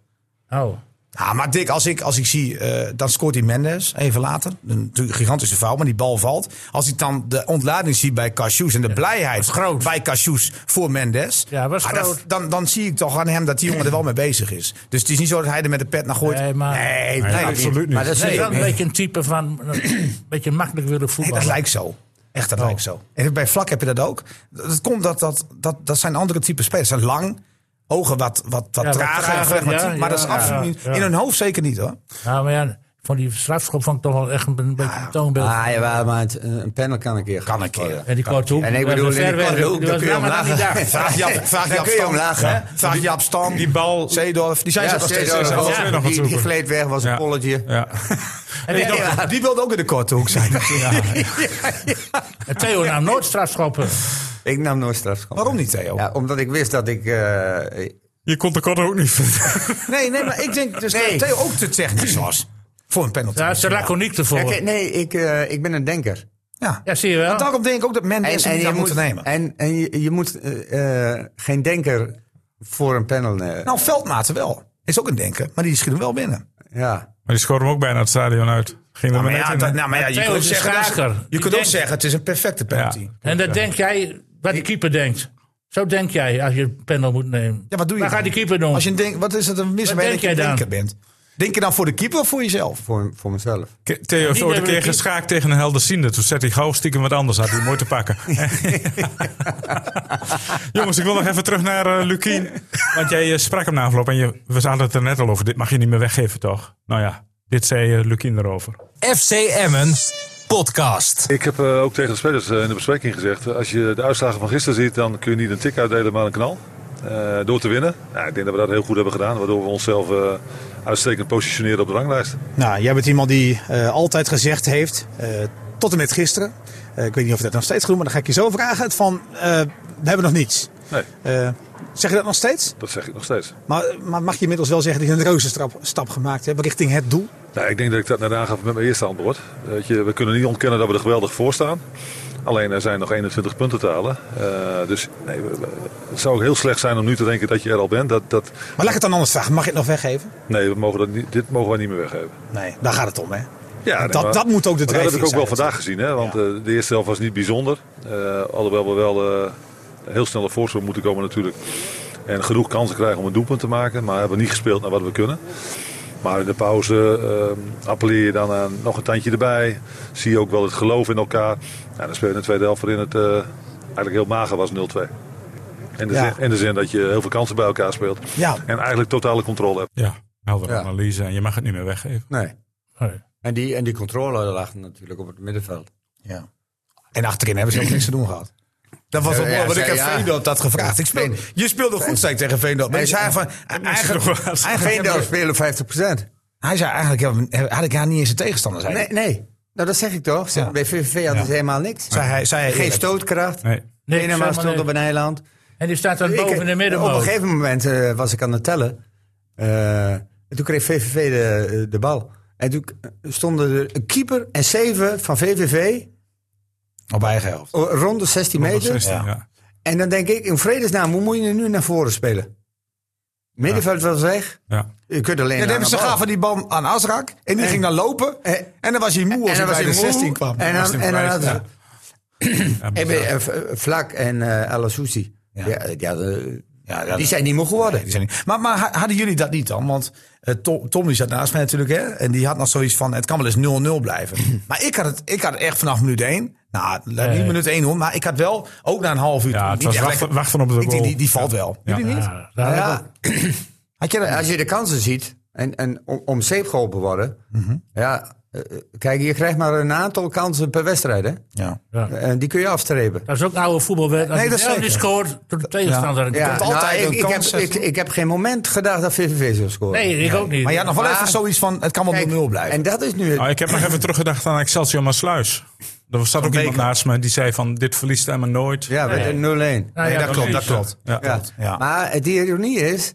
S2: Oh.
S1: Ja, maar Dick, als ik, als ik zie, eh, dan scoort die Mendes even later. Een natuurlijk gigantische fout, maar die bal valt. Als ik dan de ontlading zie bij Cassius en de blijheid
S2: groot.
S1: bij Cassius voor Mendes.
S2: Ja, was
S1: ah, dat-
S2: groot.
S1: dan, dan zie ik toch aan hem dat die jongen er wel mee bezig is. Dus het is niet zo dat hij er met de pet naar gooit.
S2: Nee, maar-
S1: nee,
S3: Nee,
S1: nee,
S3: absoluut niet.
S5: Maar dat
S2: Nee,
S5: zit
S2: wel
S5: ook
S2: een beetje een type van. eh, Een beetje makkelijk willen
S1: Nee,
S2: voetballen.
S1: dat lijkt zo. Echt,
S2: Oh.
S1: dat lijkt zo. En bij Vlak heb je dat ook. Dat komt dat, dat, dat, dat zijn andere type spelers. Ze zijn lang, ogen wat, wat, wat
S2: Ja, wat
S1: trager,
S2: trager,
S1: flegmatiek,
S2: ja,
S1: maar dat is
S2: ja,
S1: absoluut
S2: ja,
S1: niet...
S2: ja.
S1: In hun hoofd zeker niet, hoor.
S2: Nou, maar ja, van die strafschop vond ik toch wel echt een, een beetje een toonbeeld.
S5: Ah, jawel, maar het- een een panel kan een keer.
S1: Kan een keer.
S2: en die korte hoek.
S5: En ik
S2: was
S5: bedoel,
S2: een
S5: in de
S2: verwerking,
S5: korte hoek,
S2: die
S5: dan
S2: was
S5: kun je hem
S2: langer dan die
S5: lagen.
S2: dag.
S1: Vraag Jap, vraag
S5: Dan
S1: Jap
S5: kun je hem
S1: Stam.
S5: lachen, hè?
S1: Ja. Vraag Jap Stam.
S3: Die bal.
S1: Zeedorf, die zijn ze
S5: Ja,
S1: nog steeds.
S5: Cedar
S3: steeds-
S5: Rood,
S3: ja, nog aan het
S5: die, die
S3: zoeken.
S5: gleed weg, was een
S3: Ja.
S5: polletje.
S3: Ja.
S2: En ik dacht,
S1: Die wilde ook in de korte hoek zijn.
S2: Theo nam nooit strafschoppen.
S5: Ik nam nooit strafschop.
S1: Waarom niet, Theo?
S5: Ja, omdat ik wist dat ik... eh,
S3: Je kon de korte ook niet vinden.
S1: Nee, nee, maar ik denk dus
S5: Nee.
S1: dat Theo ook te technisch was. Voor een penalty.
S2: Daar is de laconiek ervoor.
S5: ja, kijk, nee, ik, eh, ik ben een denker.
S1: Ja.
S2: Ja, zie je wel.
S1: Daarom denk ik ook dat Mendes hem niet had moeten nemen.
S5: En, en je, je moet eh, eh, geen denker voor een panel... eh,
S1: Nou, Veldmaten wel. Is ook een denken, maar die schiet hem wel binnen.
S5: Ja.
S3: Maar die schoot hem ook bijna het stadion uit. Ging
S1: Nou,
S3: er maar
S1: maar
S3: net
S1: ja,
S3: in,
S1: dat-
S3: hè?
S1: nou, maar ja, je
S2: Theo
S1: kunt ook
S2: is een
S1: zeggen, dat is-
S2: schaker.
S1: je
S2: Die
S1: kunt ook
S2: denkt.
S1: zeggen, het is een perfecte penalty.
S3: Ja.
S1: Ja,
S2: En dat denk jij, wat de keeper denkt. Zo denk jij als je een panel moet nemen.
S1: wat doe je
S2: Waar
S1: dan?
S2: gaat die keeper doen?
S1: Als je een denk, wat is het een mis
S2: Wat
S1: bij
S2: denk
S1: dat
S2: jij
S1: je een
S2: dan?
S1: denker bent? Denk je dan voor de keeper of voor jezelf?
S5: Voor, voor mezelf.
S3: Ke- Theo heeft
S2: Die
S3: ooit een
S2: hebben
S3: keer
S2: we-
S3: geschaakt tegen een helderziende. Toen zette hij gauw stiekem wat anders. Had hij mooi te pakken. Jongens, ik wil nog even terug naar eh Lukien. Want jij eh, sprak hem na afloop en je, we zaten het er net al over. Dit mag je niet meer weggeven, toch? Nou ja, dit zei eh Lukien erover.
S4: FC Emmen podcast.
S9: Ik heb eh, ook tegen de spelers eh, in de bespreking gezegd: eh, als je de uitslagen van gisteren ziet, dan kun je niet een tik uitdelen, maar een knal. Eh, door te winnen. Nou, ik denk dat we dat heel goed hebben gedaan, waardoor we onszelf eh, uitstekend positioneren op de ranglijst.
S6: Nou, jij bent iemand die eh, altijd gezegd heeft, eh, tot en met gisteren. eh, ik weet niet of je dat nog steeds doet, maar dan ga ik je zo vragen. Van, eh, we hebben nog niets.
S9: Nee,
S6: Eh, zeg je dat nog steeds?
S9: dat zeg ik nog steeds.
S6: Maar, maar mag je inmiddels wel zeggen dat je een reuzenstap stap gemaakt hebt richting het doel?
S9: Nou, ik denk dat ik dat net aangaf met mijn eerste antwoord. Weet je, we kunnen niet ontkennen dat we er geweldig voor staan. Alleen er zijn nog 21 punten te halen. Eh, dus nee, we- we- het zou ook heel slecht zijn om nu te denken dat je er al bent. Dat, dat,
S6: Maar laat ik het dan anders vragen. Mag je het nog weggeven?
S9: nee, we mogen dat niet, dit mogen wij niet meer weggeven.
S6: Nee, daar gaat het om, hè?
S9: Ja, nee,
S6: dat,
S9: maar-
S6: dat moet ook de
S9: maar Dat heb
S6: drijfveer
S9: ik ook wel
S6: zijn.
S9: vandaag gezien, hè? want
S6: Ja.
S9: eh, de eerste helft was niet bijzonder. Eh, alhoewel we wel eh, heel snel op voorsprong moeten komen natuurlijk. En genoeg kansen krijgen om een doelpunt te maken, maar hebben niet gespeeld naar wat we kunnen. Maar in de pauze eh, appelleer je dan aan nog een tandje erbij. Zie je ook wel het geloof in elkaar. Ja, dan speel je in de tweede helft waarin het eh, eigenlijk heel mager was 0-2. In de,
S6: Ja.
S9: zin, in de zin dat je heel veel kansen bij elkaar speelt.
S6: Ja.
S9: En eigenlijk totale controle hebt.
S3: Ja, heldere
S5: Ja.
S3: analyse. En je mag het niet meer weggeven.
S5: Nee.
S2: Nee.
S5: En die, en die controle lag natuurlijk op het middenveld.
S1: Ja. En achterin hebben ze ook niks te doen gehad. Dat was wel
S5: Ja,
S1: mooi,
S5: ja,
S1: want ik
S5: zei-
S1: heb
S5: ja.
S1: Veendorp dat gevraagd. Ik speel, je speelde goed, zei ik tegen Veendorp. Maar hij zei van, eigenlijk, eigenlijk,
S5: Veendorp
S1: hebben-
S5: spelen 50%.
S1: hij zei eigenlijk hebben- hebben- had ik haar niet eens een tegenstander. Zei,
S5: Nee,
S1: hij.
S5: nee. Nou, dat zeg ik toch. Ze-
S1: Ja.
S5: Bij VVV hadden ze dus helemaal niks.
S1: zei hij, zei hij
S5: Geen
S1: eerlijk.
S5: stootkracht.
S3: Nee.
S2: Niks,
S5: Enema
S2: helemaal
S5: stond
S2: niks.
S5: op een eiland.
S2: En die staat dan
S5: Ik-
S2: boven in de
S5: Op een
S2: middenmoot.
S5: gegeven moment eh, was ik aan het tellen. Eh, en toen kreeg VVV eh, de, de bal. En toen stonden er een keeper en zeven van VVV
S1: Op eigen helft.
S5: Rond de 16 meter.
S1: dus?
S3: 16, ja.
S5: En dan denk ik, in vredesnaam, hoe moet je nu naar voren spelen? Middenveld was weg.
S3: Ja.
S5: Je kunt alleen.
S1: Ja,
S5: aan
S1: dan
S5: de
S1: ze
S5: bal.
S1: gaven die bal aan Azrak. En die ging dan lopen. En, dan was hij moe als hij bij de 16 kwam.
S5: En
S1: Was
S5: dan,
S1: hij
S5: en dan
S1: kwijt.
S5: hadden ze-
S3: Ja,
S5: en
S3: bizar.
S5: bij, eh, v- Vlak en eh El Asoussi. Ja. Ja, de-
S1: Ja, ja,
S5: die zijn niet meer geworden.
S1: Die zijn niet- Maar, maar ha- hadden jullie dat niet dan? Want eh, Tom, Tom die zat naast mij natuurlijk. Hè? En die had nog zoiets van, het kan wel eens 0-0 blijven. maar ik had, het, ik had het echt vanaf minuut 1. Nou, laat niet minuut 1 hoor. Maar ik had wel, ook na een half uur.
S3: Ja, het
S1: niet
S3: was
S1: echt
S3: wachten,
S1: lekker.
S3: wachten op de
S1: Ik denk,
S3: goal.
S1: die, die valt wel.
S3: Ja.
S1: Jullie niet?
S2: Ja, daar heb ik ook-
S5: Ja,
S1: Had je dat
S5: als je de kansen ziet en, en om, om zeep geholpen worden.
S1: Mhm.
S5: Ja, eh, kijk, je krijgt maar een aantal kansen per wedstrijd. Hè?
S1: Ja.
S2: ja.
S5: En die kun je afstrepen.
S2: Dat is ook een oude voetbalwet. Als
S1: Nee,
S2: je
S1: dat
S2: zelf
S1: zeker.
S2: niet scoort, doet de tegenstander. een
S5: Ja,
S2: kop.
S1: komt altijd
S5: nou,
S1: een
S5: ik, ik, heb,
S1: kans, hè?
S5: ik, ik heb geen moment gedacht dat VVV zou scoren.
S2: Nee, ik ook niet.
S1: Maar je had nog wel
S5: Maar-
S1: even zoiets van, het kan
S5: Kijk,
S1: wel 0-0 blijven. Oh,
S5: en dat is nu het
S3: Ah, ik heb nog even teruggedacht aan Excelsior Maasluis. Er zat ook iemand
S1: Beker.
S3: naast me die zei van dit verliest Emmen nooit.
S5: Ja, met een 0-1.
S2: Nou ja,
S1: nee, dat klopt, dat
S3: precies.
S1: klopt.
S3: Ja.
S5: Ja.
S1: ja.
S5: Maar het ironie is,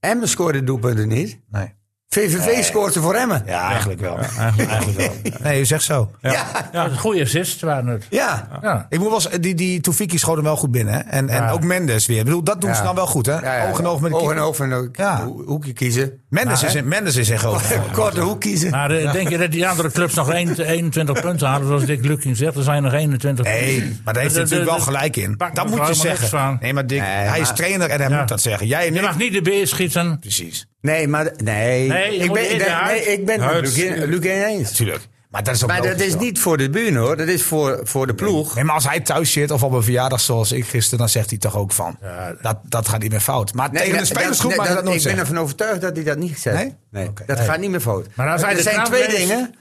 S5: Emmen scoorde de doelpunten niet.
S1: Nee.
S5: VVV scoort ze voor Emmen. Ja.
S1: Ja, eigenlijk wel. eigenlijk wel. Nee, je zegt zo.
S2: Ja, een goede assist waren het. Ja.
S1: Ik moet wel eens- die, die Toefiki schoot hem wel goed binnen. hè? En, en
S2: Ja.
S1: ook Mendes weer. Ik bedoel, dat doen ze
S5: Ja.
S1: dan wel goed, hè?
S5: Ja, ja, ja.
S1: Oog en oog met de
S5: Oog en
S1: keeper.
S5: oog en ook
S1: Ja.
S5: ho- hoekje kiezen.
S1: Mendes, is, in- Mendes is in groot.
S5: Korte hoek kiezen.
S2: Maar eh, denk je dat die andere clubs nog 1 21 punten hadden? Zoals Dick Lukking zegt, er zijn nog 21 punten.
S1: Nee, maar daar heeft hij
S2: De- de-
S1: natuurlijk wel
S2: de-
S1: gelijk in.
S2: pak
S1: Dat
S2: me
S1: moet je
S2: helemaal niks
S1: zeggen.
S2: van.
S1: Nee, maar Dick,
S5: Nee,
S1: hij is
S5: maar-
S1: trainer en hij
S2: Ja.
S1: moet dat zeggen. Jij en
S2: Je
S1: ik.
S2: mag niet de beer schieten.
S1: Precies,
S5: Nee, maar nee.
S2: Nee, je
S5: ik
S2: moet
S5: ben,
S2: in de
S5: nee,
S2: huid.
S5: nee, ik ben het
S3: Huid.
S5: met Luc in- Luc in eens.
S1: natuurlijk. Maar dat is ook
S5: Maar dat
S1: logisch
S5: is
S1: wel.
S5: niet voor de buren hoor, dat is voor, voor de ploeg.
S1: Nee, maar als hij thuis zit of op een verjaardag zoals ik gisteren, dan zegt hij toch ook van. Dat, dat gaat niet meer fout. Maar
S5: Nee,
S1: tegen de
S5: dat-
S1: spelersgroep
S5: dat-
S1: mag je dat
S5: dat-
S1: nooit
S5: Ik ben
S1: zeggen.
S5: ervan overtuigd dat hij dat niet zegt.
S1: Nee? Oké.
S5: dat gaat niet meer fout.
S2: Maar als hij
S5: er
S2: de
S5: zijn
S2: krant
S5: twee
S2: leest-
S5: dingen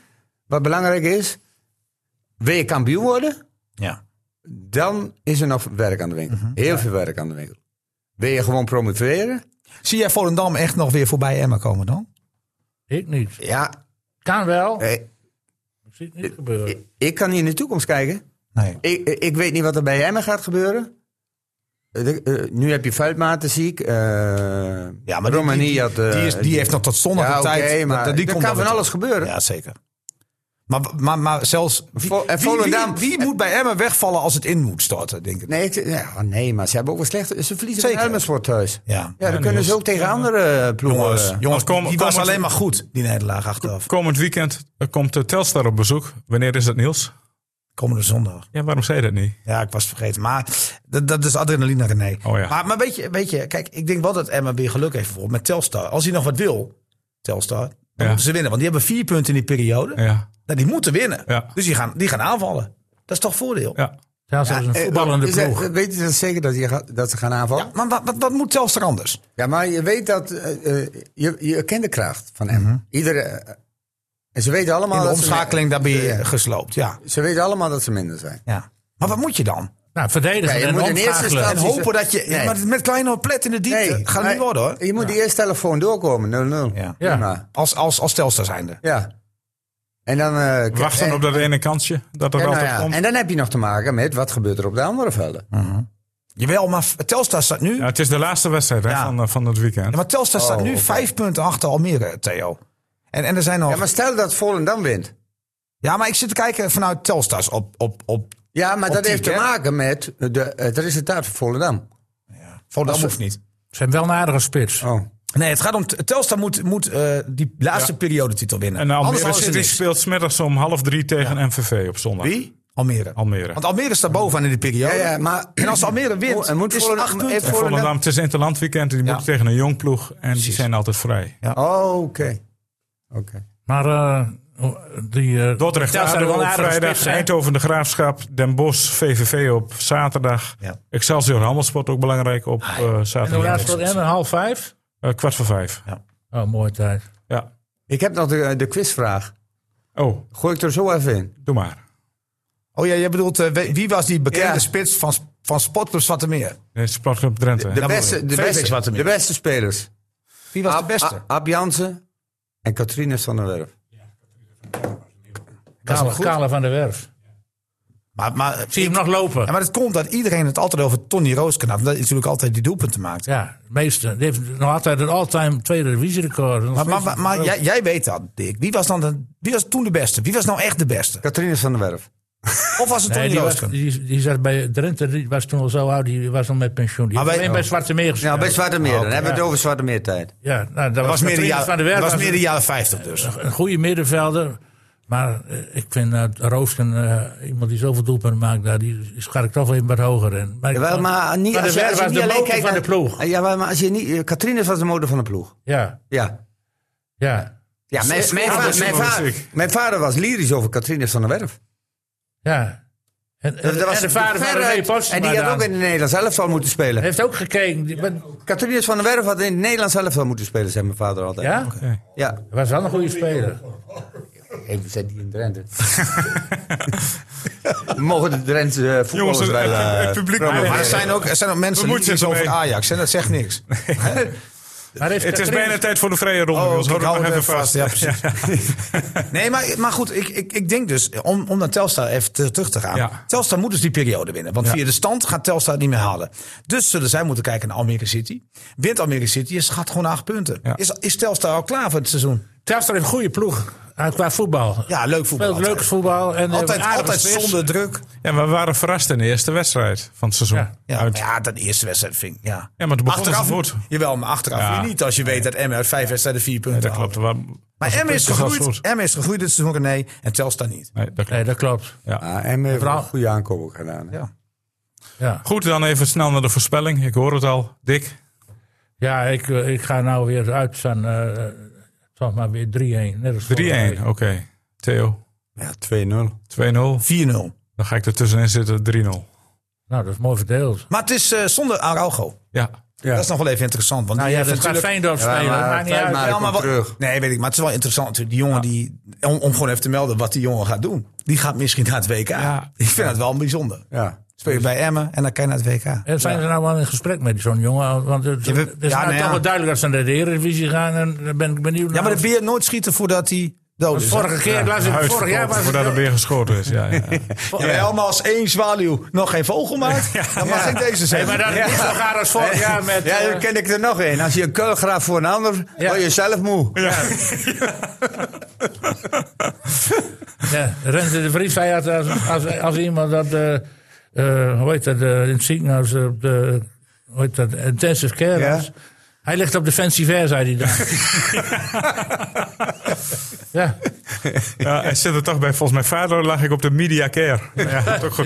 S5: wat belangrijk is. Wil je kampioen worden?
S1: Ja.
S5: dan is er nog werk aan de winkel.
S1: Mhm.
S5: Heel veel werk aan de winkel. Wil je gewoon promoveren?
S1: Zie jij Volendam echt nog weer voorbij Emma komen dan?
S2: Ik niet.
S5: Ja,
S2: Kan wel.
S5: eh,
S2: Ik zie het niet gebeuren.
S5: ik kan niet in de toekomst kijken.
S1: Nee.
S5: Ik, eh, ik weet niet wat er bij Emmen gaat gebeuren. Eh, de- eh, nu heb je Vuiltmaten ziek. eh,
S1: Ja, maar die-
S5: Romani
S1: die, die,
S5: had, eh,
S1: die is, die heeft nog tot zondag
S5: Ja,
S1: de tijd.
S5: oké,
S1: Dat-
S5: maar
S1: dat- die
S5: er
S1: komt wel
S5: kan van
S1: weer
S5: alles gebeuren.
S1: Ja, zeker. Maar, maar, maar zelfs... Wie,
S5: Vo- en
S1: wie-
S5: Volendam-
S1: wie, wie moet bij Emmen wegvallen als het in moet storten, denk ik.
S5: Nee, ik- ja, oh nee, maar ze hebben ook wel slecht. Ze verliezen
S1: Zeker.
S5: Zeker. Helmersport thuis. Ja,
S1: Ja.
S5: dan kunnen ze ook tegen andere ploegen. eh,
S1: Jongens, jongens
S3: kom-
S1: die
S3: kom
S1: was
S3: het-
S1: alleen maar goed, die nederlaag achteraf.
S3: Komend weekend eh, komt eh, Telstar op bezoek. Wanneer is dat Niels?
S1: Komende zondag.
S3: Ja, waarom zei je dat niet?
S1: Ja, ik was het vergeten. Maar dat, dat is adrenaline René.
S3: Oh ja.
S1: Maar, maar weet, je, weet je, kijk, ik denk wel dat Emma weer geluk heeft bijvoorbeeld met Telstar. Als hij nog wat wil, Telstar, dan
S3: Ja.
S1: moeten ze winnen. Want die hebben vier punten in die periode.
S3: Ja,
S1: Nou, die moeten winnen.
S3: Ja.
S1: Dus die gaan, die gaan aanvallen. Dat is toch voordeel?
S3: ja.
S2: Ja, ze
S5: eh,
S2: hebben een voetballende
S5: Is dat-
S2: ploeg.
S5: Weet je dat zeker dat, je gaat, dat ze gaan aanvallen?
S1: Ja, maar wat, wat, wat moet Telstar anders?
S5: Ja, maar je weet dat. eh, eh, je, je kent de kracht van Emmen. Iedere. eh, en ze weten allemaal.
S1: Mhm. In de
S5: dat ze-
S1: omschakeling, daar ben je
S5: Ja.
S1: gesloopt. Ja.
S5: Ze weten allemaal dat ze minder zijn.
S1: ja. Maar wat moet je dan?
S2: Nou, verdedigen
S5: Ja, je
S2: en
S5: moet in eerste
S2: omschakelen.
S1: En
S5: instantie- Precies.
S1: hopen dat je...
S5: Nee.
S1: Maar met kleine plet in de diepte gaat het
S5: maar
S1: niet worden hoor.
S5: Je moet die eerste telefoon doorkomen, 0-0.
S1: Ja.
S5: Prima.
S1: Als, als, als Telstar zijnde.
S5: ja. En dan. eh, k-
S3: Wachten
S5: en-
S3: op dat ene kansje dat er
S5: en, nou
S3: altijd
S5: ja,
S3: komt.
S5: en dan heb je nog te maken met wat gebeurt er op de andere velden.
S1: Jawel, maar Telstar staat nu...
S3: Ja, het is de laatste wedstrijd hè,
S1: Ja.
S3: van, eh, van het weekend.
S1: Ja, maar Telstar staat
S5: Oh,
S1: nu
S5: oké.
S1: vijf punten achter Almere, Theo. En, en er zijn nog...
S5: Ja, maar stel dat Volendam wint.
S1: ik zit te kijken vanuit Telstars op, op, op...
S5: Ja, maar dat
S1: Optiek,
S5: heeft te
S1: hè?
S5: maken met de, het resultaat van Volendam.
S1: Volendam hoeft niet.
S2: Ze zijn wel een aardige spits.
S5: Oh.
S1: Nee, het gaat om... Telstar moet, moet eh, die laatste periodetitel winnen.
S3: En eh,
S1: Anders
S3: Almere
S1: hadden ze
S3: City
S1: niks.
S3: speelt smiddags om half drie tegen MVV op zondag.
S1: Wie? Almere.
S3: Almere.
S1: Want Almere staat bovenaan in de periode.
S5: Ja, ja, maar.
S1: En als Almere wint,
S5: En moet
S1: is het
S5: Volendam-
S1: acht punten.
S5: heeft
S3: En
S5: Volendam-
S3: Volendam, het is Interland weekend. Die moeten tegen een jong ploeg. En die zijn altijd vrij.
S5: Oh, oké. Oké.
S2: Maar eh, die... eh
S3: Dordrecht
S2: Telstar
S3: ADO
S2: wel een
S3: op
S2: aardige
S3: vrijdag.
S2: spits, hè?
S3: Eindhoven de Graafschap. Den Bosch VVV op zaterdag.
S1: Ja.
S3: Excelsior Handelsport ook belangrijk op eh,
S2: Ah, En hoe laat
S3: zaterdag.
S2: wordt Emmen? Half vijf?
S3: Eh, kwart voor vijf.
S2: Oh, mooie tijd.
S3: Ja.
S5: Ik heb nog
S8: eh,
S5: de, de quizvraag.
S3: Oh,
S5: Gooi ik er zo even in.
S3: doe maar.
S1: Oh ja, jij bedoelt, eh, wie- wie was die bekende
S5: Ja.
S1: spits van, van Sportclub Zwarte Meer?
S3: Nee, het is Sportclub Drenthe.
S5: De beste, de,
S1: Felix
S5: beste,
S1: Watermeer.
S5: de beste spelers.
S1: Wie
S2: Ah,
S1: was de
S5: Ab-
S1: beste?
S5: A- Ab Jansen en Katrine van der Werf.
S1: is wel
S2: Kale,
S1: goed.
S2: Kale van der Werf.
S1: Maar, maar,
S2: Zie je hem nog
S1: Ja,
S2: lopen?
S1: maar het komt dat iedereen het altijd over Tony Roos kan hebben. Dat is natuurlijk altijd die doelpunten maakt.
S2: Ja, de meeste. Die heeft nog altijd een all-time tweede divisierecord. Nog
S1: Maar, maar,
S2: steeds-
S1: maar, maar jij, jij weet dat, Dick. Wie was, dan de- wie was toen de beste? Wie was nou echt de beste?
S5: Katrine van der Werf.
S1: Of was het
S2: Nee,
S1: Tony
S2: die, was,
S1: Rooskamp?
S2: die, die zat bij Drenthe, die was toen al zo oud, die was al met pensioen. Die
S1: Maar
S2: heeft
S1: wij-
S2: alleen bij Zwarte Meer gespeeld. Ah,
S8: Ja, bij Nou, Zwarte Meer. Dan hebben we het
S2: ja.
S8: over Zwarte Meer tijd.
S2: Ja, nou, dat
S1: Dat was meer de
S2: Martinez van de Werf
S1: jaren, was
S2: was
S1: meer de jaren 50 dus.
S2: een goede middenvelder. Maar eh, ik vind eh Roosken, eh, iemand die zoveel doelpunten maakt, daar die schat ik toch wel een wat hoger in. Maar, ik
S8: Jawel,
S2: vond-
S8: maar niet,
S2: Van
S8: als,
S2: de
S8: je, als
S2: Werf
S8: je
S2: was
S8: niet
S2: de
S8: alleen
S2: motor
S8: kijkt
S2: van de
S8: naar-
S2: ploeg.
S8: Ja, maar als je niet... eh, Katrines was de motor van de ploeg.
S2: Ja,
S8: Ja.
S2: ja,
S8: Ja, mijn, mijn, va- mijn, vader, mijn vader was lyrisch over Katrines van der Werf.
S2: ja. En, en,
S8: Dat was
S2: en de vader van
S8: veruit-
S2: René Postma
S8: En die had
S2: dan.
S8: ook in het Nederlands elftal moeten spelen.
S2: heeft ook gekeken. Die, maar-
S8: Katrines van der Werf had in het Nederlands elftal moeten spelen, zei mijn vader altijd.
S2: ja,
S8: Ja.
S2: was wel een goede speler.
S8: Even zet die in Drenthe. We mogen de Drentse eh, voetballers
S3: het-
S8: wel...
S3: het-
S8: eh,
S3: het publiek-
S8: promoten.
S3: Nee,
S1: Maar
S3: nee,
S1: er
S3: nee.
S1: zijn ook, er zijn ook mensen
S3: Bemoeit
S1: die iets
S3: zich
S1: over
S3: ermee.
S1: Ajax en dat zegt niks.
S2: Maar heeft
S3: Het is
S2: Katrien-
S3: bijna tijd voor de vrije ronde.
S1: Oh,
S3: jongens.
S1: kijk,
S3: Houd het
S1: hou
S3: nog
S1: het
S3: even
S1: even
S3: vast.
S1: vast. Ja, Nee, maar, maar goed, ik, ik, ik denk dus, om, om naar Telstar even te- terug te gaan.
S3: Ja.
S1: Telstar moet dus die periode winnen. Want via de stand gaat Telstar het niet meer halen. Dus zullen zij moeten kijken naar Almere City. Wint Almere City, is gaat gewoon acht punten.
S3: Ja.
S1: Is, is Telstar al klaar voor het seizoen?
S2: Telstar heeft een goede ploeg eh, qua voetbal.
S1: Ja, leuk voetbal.
S2: Speelt
S1: altijd.
S2: leuk voetbal. En, eh,
S1: Altijd,
S2: aardig
S1: altijd
S2: spits.
S1: zonder druk.
S3: Ja, maar we waren verrast in de eerste wedstrijd van het seizoen.
S2: Ja.
S1: Ja,
S3: Uit-
S1: ja dat eerste wedstrijd vind ik. Ja.
S3: Ja, maar toen begon het
S1: achteraf
S3: goed.
S1: Jawel, maar achteraf
S3: Ja.
S1: weer niet. Als je weet dat Emmen uit vijf wedstrijden vier punten
S3: dat
S1: haalt.
S3: klopt. Maar,
S1: Maar M is, gegroeid,
S3: goed.
S1: M is gegroeid dit seizoen, René. En Telstar niet.
S3: Nee, dat klopt.
S2: Nee, dat klopt.
S5: Ah, en we hebben
S2: Vooral-
S5: een goede aankoop ook gedaan. hè.
S2: Ja.
S3: Goed, dan even snel naar de voorspelling. Ik hoor het al. Dick.
S2: Ja, ik, eh, ik ga nou weer uit van. eh toch maar weer 3-1. Net als
S3: 3-1.
S2: vorige week.
S3: Oké. Theo.
S5: Ja, 2-0.
S3: 2-0.
S1: 4-0.
S3: Dan ga ik er tussenin zitten. 3-0.
S2: Nou, dat is mooi verdeeld.
S1: Maar het is eh, zonder Araujo.
S3: Ja.
S1: Dat is nog wel even interessant. Want
S2: Nou
S1: die
S2: ja,
S1: heeft
S2: dat gaat
S1: natuurlijk-
S2: Feyenoord spelen.
S5: maar
S2: maakt niet
S5: tijd
S2: uit.
S5: maar.
S1: Ja,
S5: Hij komt
S1: wat-
S5: terug.
S1: Nee, weet ik. Maar het is wel interessant natuurlijk. Die jongen die... Om, om gewoon even te melden wat die jongen gaat doen. Die gaat misschien naar het WK.
S3: Ja.
S1: Ik vind dat wel bijzonder.
S5: Ja.
S1: Speel je bij Emmen en dan kan je naar het WK.
S2: En zijn ze nou wel in gesprek met zo'n jongen? Want het,
S1: Ja, we-
S2: het is
S1: ja,
S2: nou
S1: nou
S2: toch
S1: ja.
S2: wel duidelijk dat ze naar de Eredivisie gaan. En dan ben ik benieuwd
S1: Ja,
S2: naar-
S1: maar de beer nooit schieten voordat hij dood
S2: Want
S1: is.
S2: vorige keer, las ik-
S3: Huis
S2: vorig jaar
S3: verkopen
S2: was het...
S3: voordat er weer geschoten is. Ja, ja.
S1: Ja, maar als één zwaluw nog geen vogel maakt, dan mag ik deze
S2: Nee,
S1: zeggen.
S2: maar dat is niet zo gaar als vorig jaar met...
S5: Ja,
S2: eh,
S5: dan ken ik er nog één. Als je een kuil graaft voor een ander,
S1: oh,
S2: Ja.
S5: word je zelf moe.
S2: Ja, Renze de Vries zei altijd, als, als, als iemand dat, eh, eh, hoe heet dat, eh, in het ziekenhuis, eh, op de, hoe heet dat, eh, intensive care
S5: Ja.
S2: was. Hij ligt op de fancy fair, zei hij dan. ja,
S3: Ja, hij zit er toch bij. Volgens mijn vader lag ik op de media care. Ja, dat ook goed.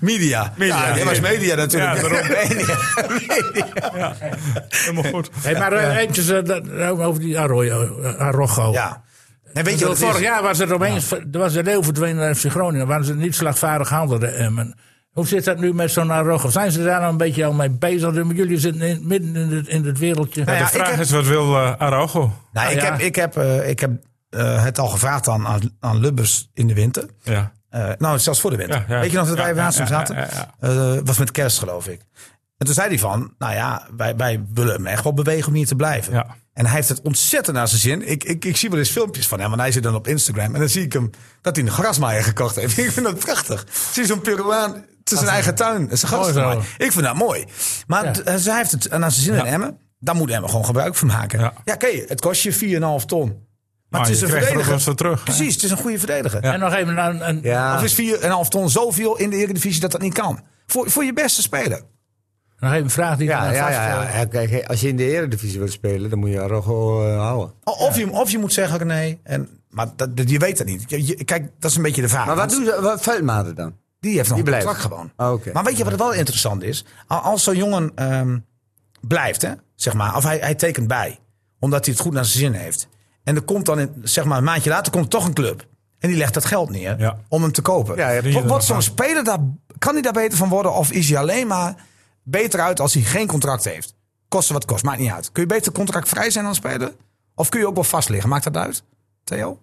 S1: Media.
S3: Media.
S1: Ja, dat was media
S3: Ja,
S1: natuurlijk.
S3: daarom. Ja, helemaal goed.
S2: hey, maar eh, eventjes eh, dat- over die Arroyo, eh, Arrojo.
S1: Ja. En weet
S2: Ik
S1: je
S2: bedoel,
S1: wat het
S2: vorig
S1: is?
S2: jaar was er opeens, er was een leeuw verdwenen naar FC Groningen. Waren ze niet slagvaardig handelden, Emmen. Hoe zit dat nu met zo'n Arrojo? Zijn ze daar nou een beetje al mee bezig? Jullie zitten in- midden in het, in het wereldje.
S1: Nou ja,
S3: de
S1: ik
S3: vraag
S1: heb-
S3: is, wat wil eh, Araujo?
S1: Nou, ik
S2: ja.
S1: heb, ik heb, eh, ik heb eh, het al gevraagd aan, aan, aan Lubbers in de winter.
S3: Ja.
S1: Eh, nou, zelfs voor de winter.
S3: Ja, ja.
S1: Weet je nog dat
S3: Ja,
S1: wij
S3: ja,
S1: naast hem
S3: ja,
S1: zaten?
S3: ja, ja,
S1: Eh, was met kerst, geloof ik. En toen zei hij van, nou ja, wij, wij willen hem echt wel bewegen om hier te blijven.
S3: Ja.
S1: En hij heeft het ontzettend naar zijn zin. Ik, ik, ik zie wel eens filmpjes van hem, want hij zit dan op Instagram. En dan zie ik hem dat hij een grasmaaier gekocht heeft. Ik vind dat prachtig. Zie zo'n Peruaan te zijn eigen tuin. Zijn
S2: Mooi zo.
S1: grasmaaier. Ik vind dat mooi. Maar d- eh, ze heeft het naar zijn zin in Emmen. Daar moet Emmen gewoon gebruik van maken. Ja,
S3: Ja.
S1: oké, het kost je 4,5 ton. Maar
S3: Maar
S1: het is
S3: je
S1: een
S3: krijgt er ook wel eens
S1: verdediger.
S3: wat terug.
S1: Precies, het is een goede verdediger.
S2: En nog even naar een, een-
S1: Of
S5: Ja.
S1: is 4,5 ton zoveel in de Eredivisie dat dat niet kan? Voor, voor je beste speler.
S2: nog even een vraag die ik
S5: Ja,
S2: aan
S5: ja,
S2: vast-
S5: ja, ja. Kijk, als je in de eredivisie wil spelen, dan moet je Arrogo eh, houden.
S1: O- Of, je, of je moet zeggen nee. En, maar dat, dat- je weet dat niet. Je- je- kijk, dat is een beetje de vraag.
S5: Maar wat
S1: Want
S5: doen ze, wat Veldmaten dan?
S1: die heeft nog
S5: die
S1: een
S5: blijft?
S1: contract gewoon.
S5: Ah, oké.
S1: Maar weet je wat wel interessant is? Al- Als zo'n jongen ehm, blijft, hè, zeg maar, of hij, hij tekent bij, omdat hij het goed naar zijn zin heeft. En er komt dan, in, zeg maar, een maandje later komt toch een club. En die legt dat geld neer
S3: Ja.
S1: om hem te kopen.
S5: Ja, ja,
S1: Wat- wat zo'n speler daar, kan hij daar beter van worden? Of is hij alleen maar beter uit als hij geen contract heeft? Kosten wat kost, maakt niet uit. Kun je beter contractvrij zijn dan speler? Of kun je ook wel vast liggen? Maakt dat uit, Theo?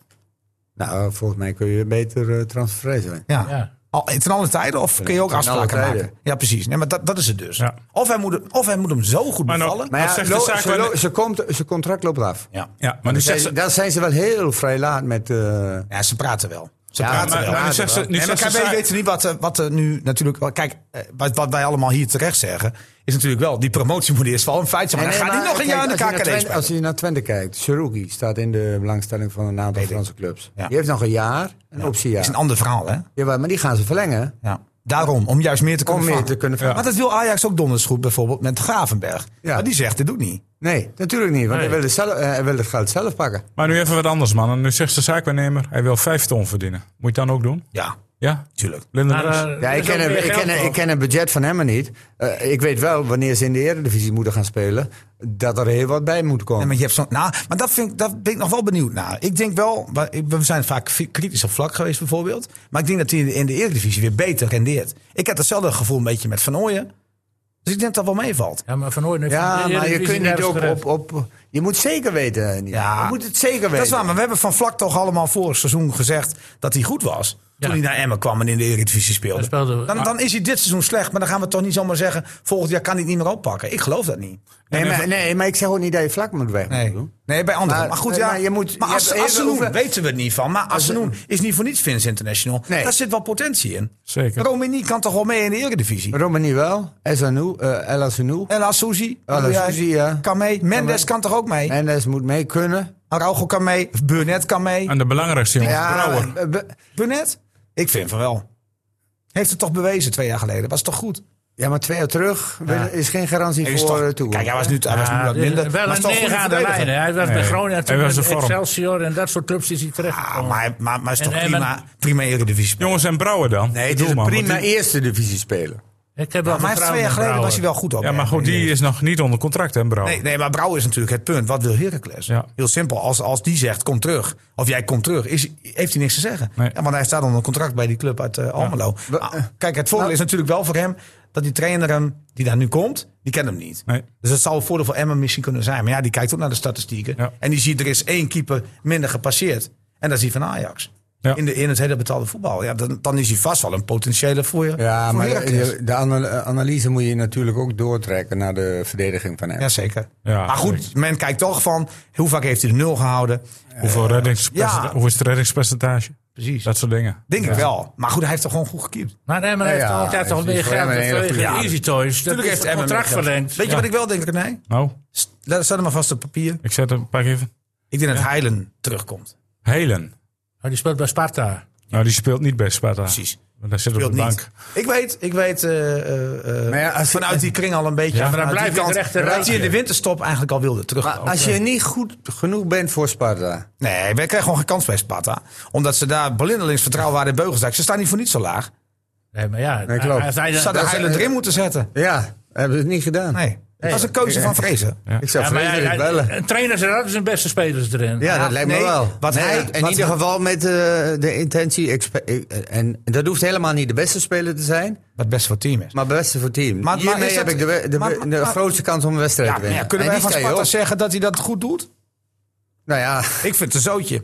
S5: Nou, volgens mij kun je beter eh, transfervrij zijn.
S1: Ja.
S2: Ja.
S1: Al, eh, ten alle tijden? Of kun je ook
S5: ten alle
S1: afspraken
S5: tijden.
S1: maken? Ja, precies. Nee, maar dat, dat is het dus.
S3: Ja.
S1: Of, hij moet, hem- of hij moet hem zo goed
S3: Maar nou-
S1: bevallen.
S5: Maar
S3: Dat
S5: ja,
S3: zegt de
S5: lo-
S3: zaak
S5: ze,
S3: wel-
S5: lo- ze komt, zijn contract loopt af. Dus
S1: ja.
S3: Ja, maar nu
S5: Zij-
S3: zegt ze...
S5: daar zijn ze wel heel vrij laat met... eh,
S1: ja, ze praten wel. Ze
S5: Ja,
S1: praten
S3: Maar,
S1: wel.
S3: maar nu zegt ze, nu
S1: Nee, maar
S3: zegt ze
S1: KB
S3: sa-
S1: weet niet wat, eh, wat er nu natuurlijk... wel- Kijk, eh, wat, wat wij allemaal hier terecht zeggen... is natuurlijk wel, die promotie moet eerst wel een feit zijn. Maar
S5: Nee,
S1: dan
S5: nee,
S1: gaat hij nog
S5: maar
S1: een jaar in de
S5: kijk, als je naar
S1: KKD
S5: Twente-
S1: spelen.
S5: Als je naar Twente kijkt, Cherokee staat in de belangstelling van een aantal Franse clubs.
S1: Ja.
S5: Die heeft nog een jaar, een
S1: Dat is
S5: optiejaar.
S1: een ander verhaal, hè?
S5: Jawel, maar die gaan ze verlengen.
S1: Ja. Daarom, om juist meer te kunnen
S5: Om meer
S1: vangen.
S5: te kunnen vangen.
S1: Maar dat wil Ajax ook donders goed, bijvoorbeeld met Gravenberg.
S5: Ja.
S1: Maar die zegt, dit doet niet.
S5: Nee, natuurlijk niet, want
S3: Nee.
S5: hij, wil het zelf, eh, hij wil het geld zelf pakken.
S3: maar nu even wat anders, man. En nu zegt de zaakwaarnemer, hij wil vijf ton verdienen. Moet je het dan ook doen?
S1: Ja,
S3: Ja?
S1: tuurlijk.
S3: Lindeloos?
S2: Maar, eh,
S5: Ja,
S2: er
S5: ik
S2: is ook
S5: ken,
S2: meer
S5: het, ik,
S2: geld
S5: ken,
S2: voor.
S5: ik ken het budget van hem maar niet. Eh, ik weet wel, wanneer ze in de Eredivisie moeten gaan spelen, dat er heel wat bij moet
S1: Nee,
S5: komen.
S1: maar je hebt zo'n. Nou, maar dat, vind, ik- dat ben ik nog wel benieuwd naar. Ik denk wel, maar ik- we zijn vaak fi- kritisch op vlak geweest bijvoorbeeld. Maar ik denk dat hij in de- in de Eredivisie weer beter rendeert. Ik heb hetzelfde gevoel een beetje met Van Ooyen. Dus ik denk dat dat wel meevalt.
S2: Ja, maar van ooit heeft de
S5: ja, maar je
S2: Eredivisie
S5: kunt niet
S2: nergens
S5: op,
S2: gered.
S5: op, op... Je moet zeker weten, Nico.
S1: Ja.
S5: Je moet het zeker weten.
S1: Dat is waar, maar we hebben van vlak toch allemaal vorig seizoen gezegd dat hij goed was. Toen
S2: Ja.
S1: hij naar Emmen kwam en in de Eredivisie
S2: Hij
S1: speelde.
S2: speelde-
S1: Dan, dan is hij dit seizoen slecht, maar dan gaan we toch niet zomaar zeggen... volgend jaar kan hij het niet meer oppakken. Ik geloof dat niet.
S5: Nee, maar, nee, maar ik zeg ook niet dat je vlak moet weg.
S1: Nee, nee bij anderen. Maar,
S5: Maar-
S1: goed,
S5: nee,
S1: ja.
S5: maar je moet-
S1: maar
S5: je
S1: As-
S5: hebt even
S1: Assenoen
S5: over-
S1: weten we het niet van. Maar Assenoen is niet voor niets Fins International.
S5: Nee.
S1: Daar zit wel potentie in.
S3: Zeker.
S1: Romini kan toch wel mee in de Eredivisie?
S5: Romani wel, Esanu, eh El Asanu.
S1: En Assouzi
S5: El Asouzi, ja.
S1: eh, kan mee. Mendes kan toch ook mee?
S5: Mendes moet mee kunnen.
S1: Araujo kan mee. Burnett kan mee.
S3: En de belangrijkste jongen, Brouwer.
S5: eh, be-
S1: Burnett? Ik vind van wel. Heeft het toch bewezen twee jaar geleden? Was toch goed?
S5: ja, maar twee jaar terug is geen garantie
S1: Hij is
S5: voor
S1: toch-
S5: eh, toekomst.
S1: Kijk, hij was nu, hij was nu
S2: Ja,
S1: wat
S2: dit is Wel
S1: minder. maar
S2: een
S1: is toch goed
S2: neergaande lijn. hè. Hij was bij
S3: Nee.
S2: Groningen,
S3: Hij was in
S2: toen
S3: vorm.
S2: Excelsior en dat soort clubs is hij terecht.
S1: Ah, maar, maar, maar is
S2: En
S1: toch
S2: Emmen-
S1: prima, prima Eredivisie.
S3: Jongens, en Brouwer dan?
S5: nee, het
S3: Doe
S5: is een
S3: maar, want
S5: prima
S3: die-
S5: eerste divisie speler.
S2: Ik heb wel
S1: Maar hij is twee
S2: vertrouwen
S1: jaar
S2: in
S1: geleden was hij
S2: Brouwer.
S1: wel goed op.
S3: Ja, maar goed, die is nog niet onder contract, hè, Brouwer?
S1: Nee, nee, maar Brouwer is natuurlijk het punt. Wat wil Heracles?
S3: Ja.
S1: Heel simpel. Als, als die zegt, kom terug. Of jij komt terug. Is, heeft hij niks te zeggen.
S3: Nee.
S1: Ja, want hij staat onder contract bij die club uit eh, Almelo.
S5: We- Nou-
S1: Ah, Kijk, het voordeel is natuurlijk wel voor hem... dat die trainer hem, die daar nu komt, die kent hem niet.
S3: Nee.
S1: Dus dat zou een voordeel voor Emmen misschien kunnen zijn. Maar ja, die kijkt ook naar de statistieken.
S3: Ja.
S1: En die ziet, er is één keeper minder gepasseerd. En dat is die van Ajax.
S3: Ja.
S1: In, de, in het hele betaalde voetbal. Ja, dan, dan is hij vast wel een potentiële voor je.
S5: Ja,
S1: voor
S5: maar
S1: Heracles.
S5: de, de ana- eh, analyse moet je natuurlijk ook doortrekken naar de verdediging van hem.
S1: Jazeker.
S3: Ja,
S1: maar goed, men kijkt toch van hoe vaak heeft hij de nul gehouden.
S3: Hoeveel reddingspercenta-
S1: ja.
S3: Hoe is het reddingspercentage?
S1: Precies.
S3: Dat soort dingen.
S1: Denk ik wel. Maar goed, hij heeft toch gewoon goed gekiept.
S2: Maar Emmer heeft
S5: Ja,
S2: altijd toch
S5: het is
S2: meer
S5: voor
S2: geld
S5: Emmen een hele
S2: tegen
S1: goede-
S2: Easy Toys. Dat
S1: Tuurlijk
S2: heeft
S1: heeft
S2: het
S1: Emmen
S2: contract
S1: meer geld.
S2: verlengd.
S1: Weet
S2: Ja.
S1: je wat ik wel denk, René?
S3: Nou,
S1: St- Laat het maar vast op papier.
S3: ik zet hem, pak even.
S1: Ik denk dat Heilen terugkomt.
S3: Helen.
S2: Maar die speelt bij Sparta.
S3: Nou, die speelt niet bij Sparta.
S1: Precies.
S3: Want Daar zit op
S1: Speelt
S3: de bank.
S1: niet. Ik weet, ik weet eh, eh, eh,
S5: Maar ja, als-
S1: vanuit die kring al een beetje.
S2: maar dan
S1: vanuit
S2: blijf
S1: die
S2: je
S1: kant,
S2: terecht eruit.
S1: Dat hij in de winterstop eigenlijk al wilde terugkomen.
S5: Als je niet goed genoeg bent voor Sparta.
S1: Nee, wij krijgen gewoon geen kans bij Sparta. Omdat ze daar blindelings vertrouwen waren in Beugelsdijk. Ze staan niet voor niet zo laag.
S2: Nee, maar ja.
S5: Nee, klopt.
S2: als hij-
S1: Ze hadden
S5: dat is-
S1: Heilen erin moeten zetten.
S5: Ja, hebben ze het niet gedaan.
S1: Nee, dat was een keuze van vrezen.
S5: Ik zou
S2: Ja, maar
S5: Frederik
S2: hij-
S5: bellen.
S2: hij- een trainer zijn altijd zijn beste spelers erin.
S5: Ja, dat lijkt me
S1: nee,
S5: wel.
S1: wat
S5: Nee,
S1: hij-
S5: in
S1: wat
S5: ieder
S1: hij-
S5: geval met eh, de intentie. ik spe- ik- En dat hoeft helemaal niet de beste speler te zijn,
S1: Wat best voor het team is.
S5: maar beste voor het team.
S1: Maar- maar
S5: Hiermee
S1: is dat-
S5: heb ik de, we- de,
S1: maar-
S5: we- de
S1: maar-
S5: grootste kans om een wedstrijd
S1: Ja,
S5: te
S1: maar
S5: winnen.
S1: ja, kunnen
S5: En
S1: wij
S5: die
S1: van
S5: sta je
S1: Sparta
S5: op.
S1: zeggen dat hij dat goed doet?
S5: Nou ja,
S1: Ik vind het een zootje.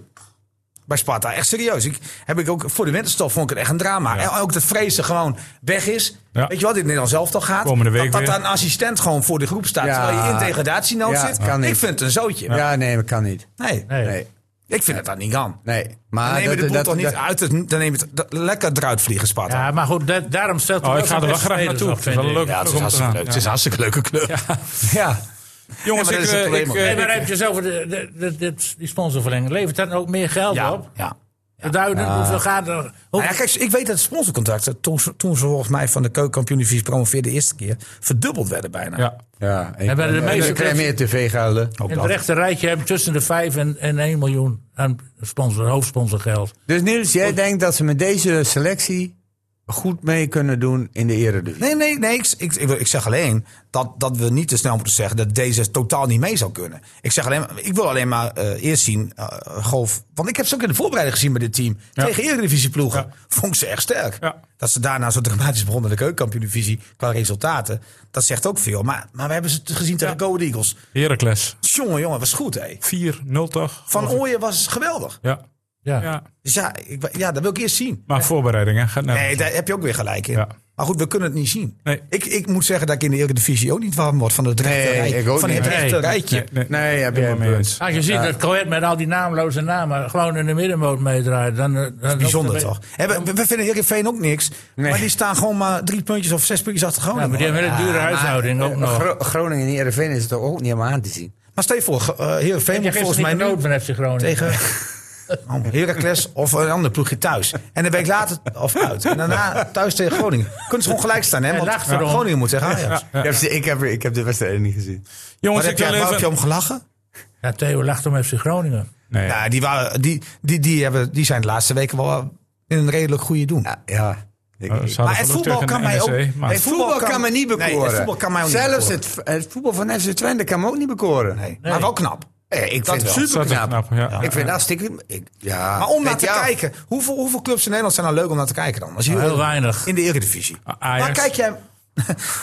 S1: Bij Sparta, echt serieus. Ik, heb ik ook, voor de winterstop vond ik het echt een drama. En ook dat Vrezen gewoon weg is.
S3: Ja.
S1: Weet je wat, dit Nederland zelf toch gaat.
S3: Komende week
S1: dat, dat
S3: weer.
S1: daar een assistent gewoon voor de groep staat.
S5: Ja.
S1: Terwijl je in degradatienood
S5: Ja,
S1: zit.
S5: kan
S1: ik
S5: niet.
S1: vind het een zootje.
S5: ja. nee, dat kan niet.
S1: Nee.
S2: Nee.
S5: Nee,
S1: ik vind het dat niet kan.
S5: nee.
S1: Dan
S5: Maar
S1: neem je de
S5: dat-
S1: boel
S5: dat-
S1: toch niet
S5: dat-
S1: uit. het- dan neem je het dat- lekker eruit vliegen, Sparta.
S2: Ja, maar goed, dat- daarom stelt hij
S3: Oh, ik
S2: ook
S3: ga er wel
S2: zijn
S3: graag
S2: beste
S3: naartoe. Het
S2: spelers
S3: is
S2: op,
S3: wel een
S2: vind ik.
S3: leuke club om te gaan. Ja.
S1: een hartstikke leuke club.
S5: Ja,
S3: Jongens,
S1: Ja, maar
S3: ik,
S1: dat is het
S3: eh,
S1: probleem
S3: ik,
S1: ook.
S3: eh,
S2: Nee, maar heb je zelf de, de, de- dit- die sponsorverlenging. Levert dat ook meer geld op?
S1: ja.
S2: Duidelijk, hoeveel gaat er? Hoe,
S1: Nou ja, kijk, ik weet dat sponsorcontracten toen, ze- toen ze volgens mij van de keukenkampioen-divisie promoveerde de eerste keer verdubbeld werden bijna.
S3: ja.
S5: ja. Ik,
S2: En bij de
S5: en- en
S2: meeste
S5: dan krijg je meer tv-gelden.
S1: Ook
S2: in het
S1: dat.
S2: rechte rijtje hebben tussen de 5 en, en 1 miljoen aan sponsor, hoofdsponsorgeld.
S5: Dus Niels, jij denkt dat ze met deze selectie goed mee kunnen doen in de Eredivisie?
S1: Nee, nee, nee. Ik, ik, ik, wil- ik zeg alleen dat, dat we niet te snel moeten zeggen dat deze totaal niet mee zou kunnen. Ik, zeg alleen, maar- ik wil alleen maar eh, eerst zien, eh, Golf. Want ik heb ze ook in de voorbereiding gezien bij dit team. Tegen Eredivisieploegen. Vond ik ze echt sterk.
S3: Ja.
S1: Dat ze daarna zo dramatisch begonnen in de keukenkampioen-divisie qua resultaten. Dat zegt ook veel. Maar, maar we hebben ze gezien tegen Go Ahead Eagles.
S3: Heracles.
S1: Jongen, jongen, was goed, hé.
S3: 4-0 toch?
S1: Van Ooyen was geweldig.
S3: Ja.
S2: Ja.
S3: ja.
S1: Dus ja, ik, ja, dat wil ik eerst zien.
S3: Maar voorbereidingen gaat net.
S1: Nee, daar heb je ook weer gelijk in.
S3: Ja.
S1: Maar Maar goed, we kunnen het niet zien.
S3: Nee.
S1: Ik, ik moet zeggen dat ik in de Eredivisie ook niet warm word van het rechte
S5: Nee,
S1: rij-
S5: ik ook
S1: van
S5: niet.
S1: het rechte
S3: Nee.
S1: rijtje.
S5: Nee, heb je
S3: Helemaal mee eens.
S2: Als je ziet dat Coët met al die naamloze namen gewoon in de middenmoot meedraait, dan, eh, dan loopt
S1: Bijzonder
S2: het een
S1: toch?
S2: beetje-
S1: Hè, we, we vinden Heerenveen ook niks. Maar die staan gewoon maar drie puntjes of zes puntjes achter
S2: Ja,
S1: Groningen.
S2: maar die hebben een dure
S1: Ah,
S2: huishouding ook nog.
S5: Eh, Gro- Groningen en Heerenveen is het toch ook niet helemaal aan te zien.
S1: Maar stel je voor, Ge- eh, Heerenveen
S2: Heb je
S1: moet volgens mij nu
S2: nood van FC Groningen?
S1: tegen oh, Heracles of een ander ploegje thuis. En een week later, of uit. En daarna thuis tegen Groningen. Kunnen ze gewoon gelijk staan, hè?
S2: En
S1: Want
S2: lacht erom.
S1: Groningen moet tegen Ajax.
S8: Ik heb, ze- ik, heb, ik heb de wedstrijd niet gezien.
S1: Maar
S3: Jongens,
S1: heb
S3: ik
S1: jij,
S3: wil
S1: waar heb je
S3: even...
S1: om gelachen?
S2: Ja, Theo lacht om FC Groningen.
S3: Nee.
S1: Ja, die, waren, die, die, die, hebben, die zijn de laatste weken wel in een redelijk goede doen.
S5: Ja, ja. Ik-
S3: Eh,
S5: ik-
S3: ze hadden
S1: maar het
S3: geluk
S1: voetbal
S3: tegen
S1: kan mij ook.
S3: NEC,
S1: nee,
S3: maar-
S5: voetbal kan me niet bekoren.
S1: Nee, het voetbal kan mij ook niet
S5: Zelfs
S1: bekoren.
S5: het, het voetbal van FC Twente kan me ook niet bekoren.
S1: Nee, Maar wel knap.
S5: Eh, ik
S1: Dat
S5: vind het
S1: wel.
S5: super knap.
S3: Dat is knap, ja. Ja.
S5: Ik vind het hartstikke... Ik, ja.
S1: Maar om naar
S5: Weet
S1: te
S5: je wel.
S1: kijken, hoeveel, hoeveel clubs in Nederland zijn nou leuk om naar te kijken dan? Als je
S2: Heel weinig.
S1: In de Eredivisie.
S3: Ajax.
S1: Maar kijk jij...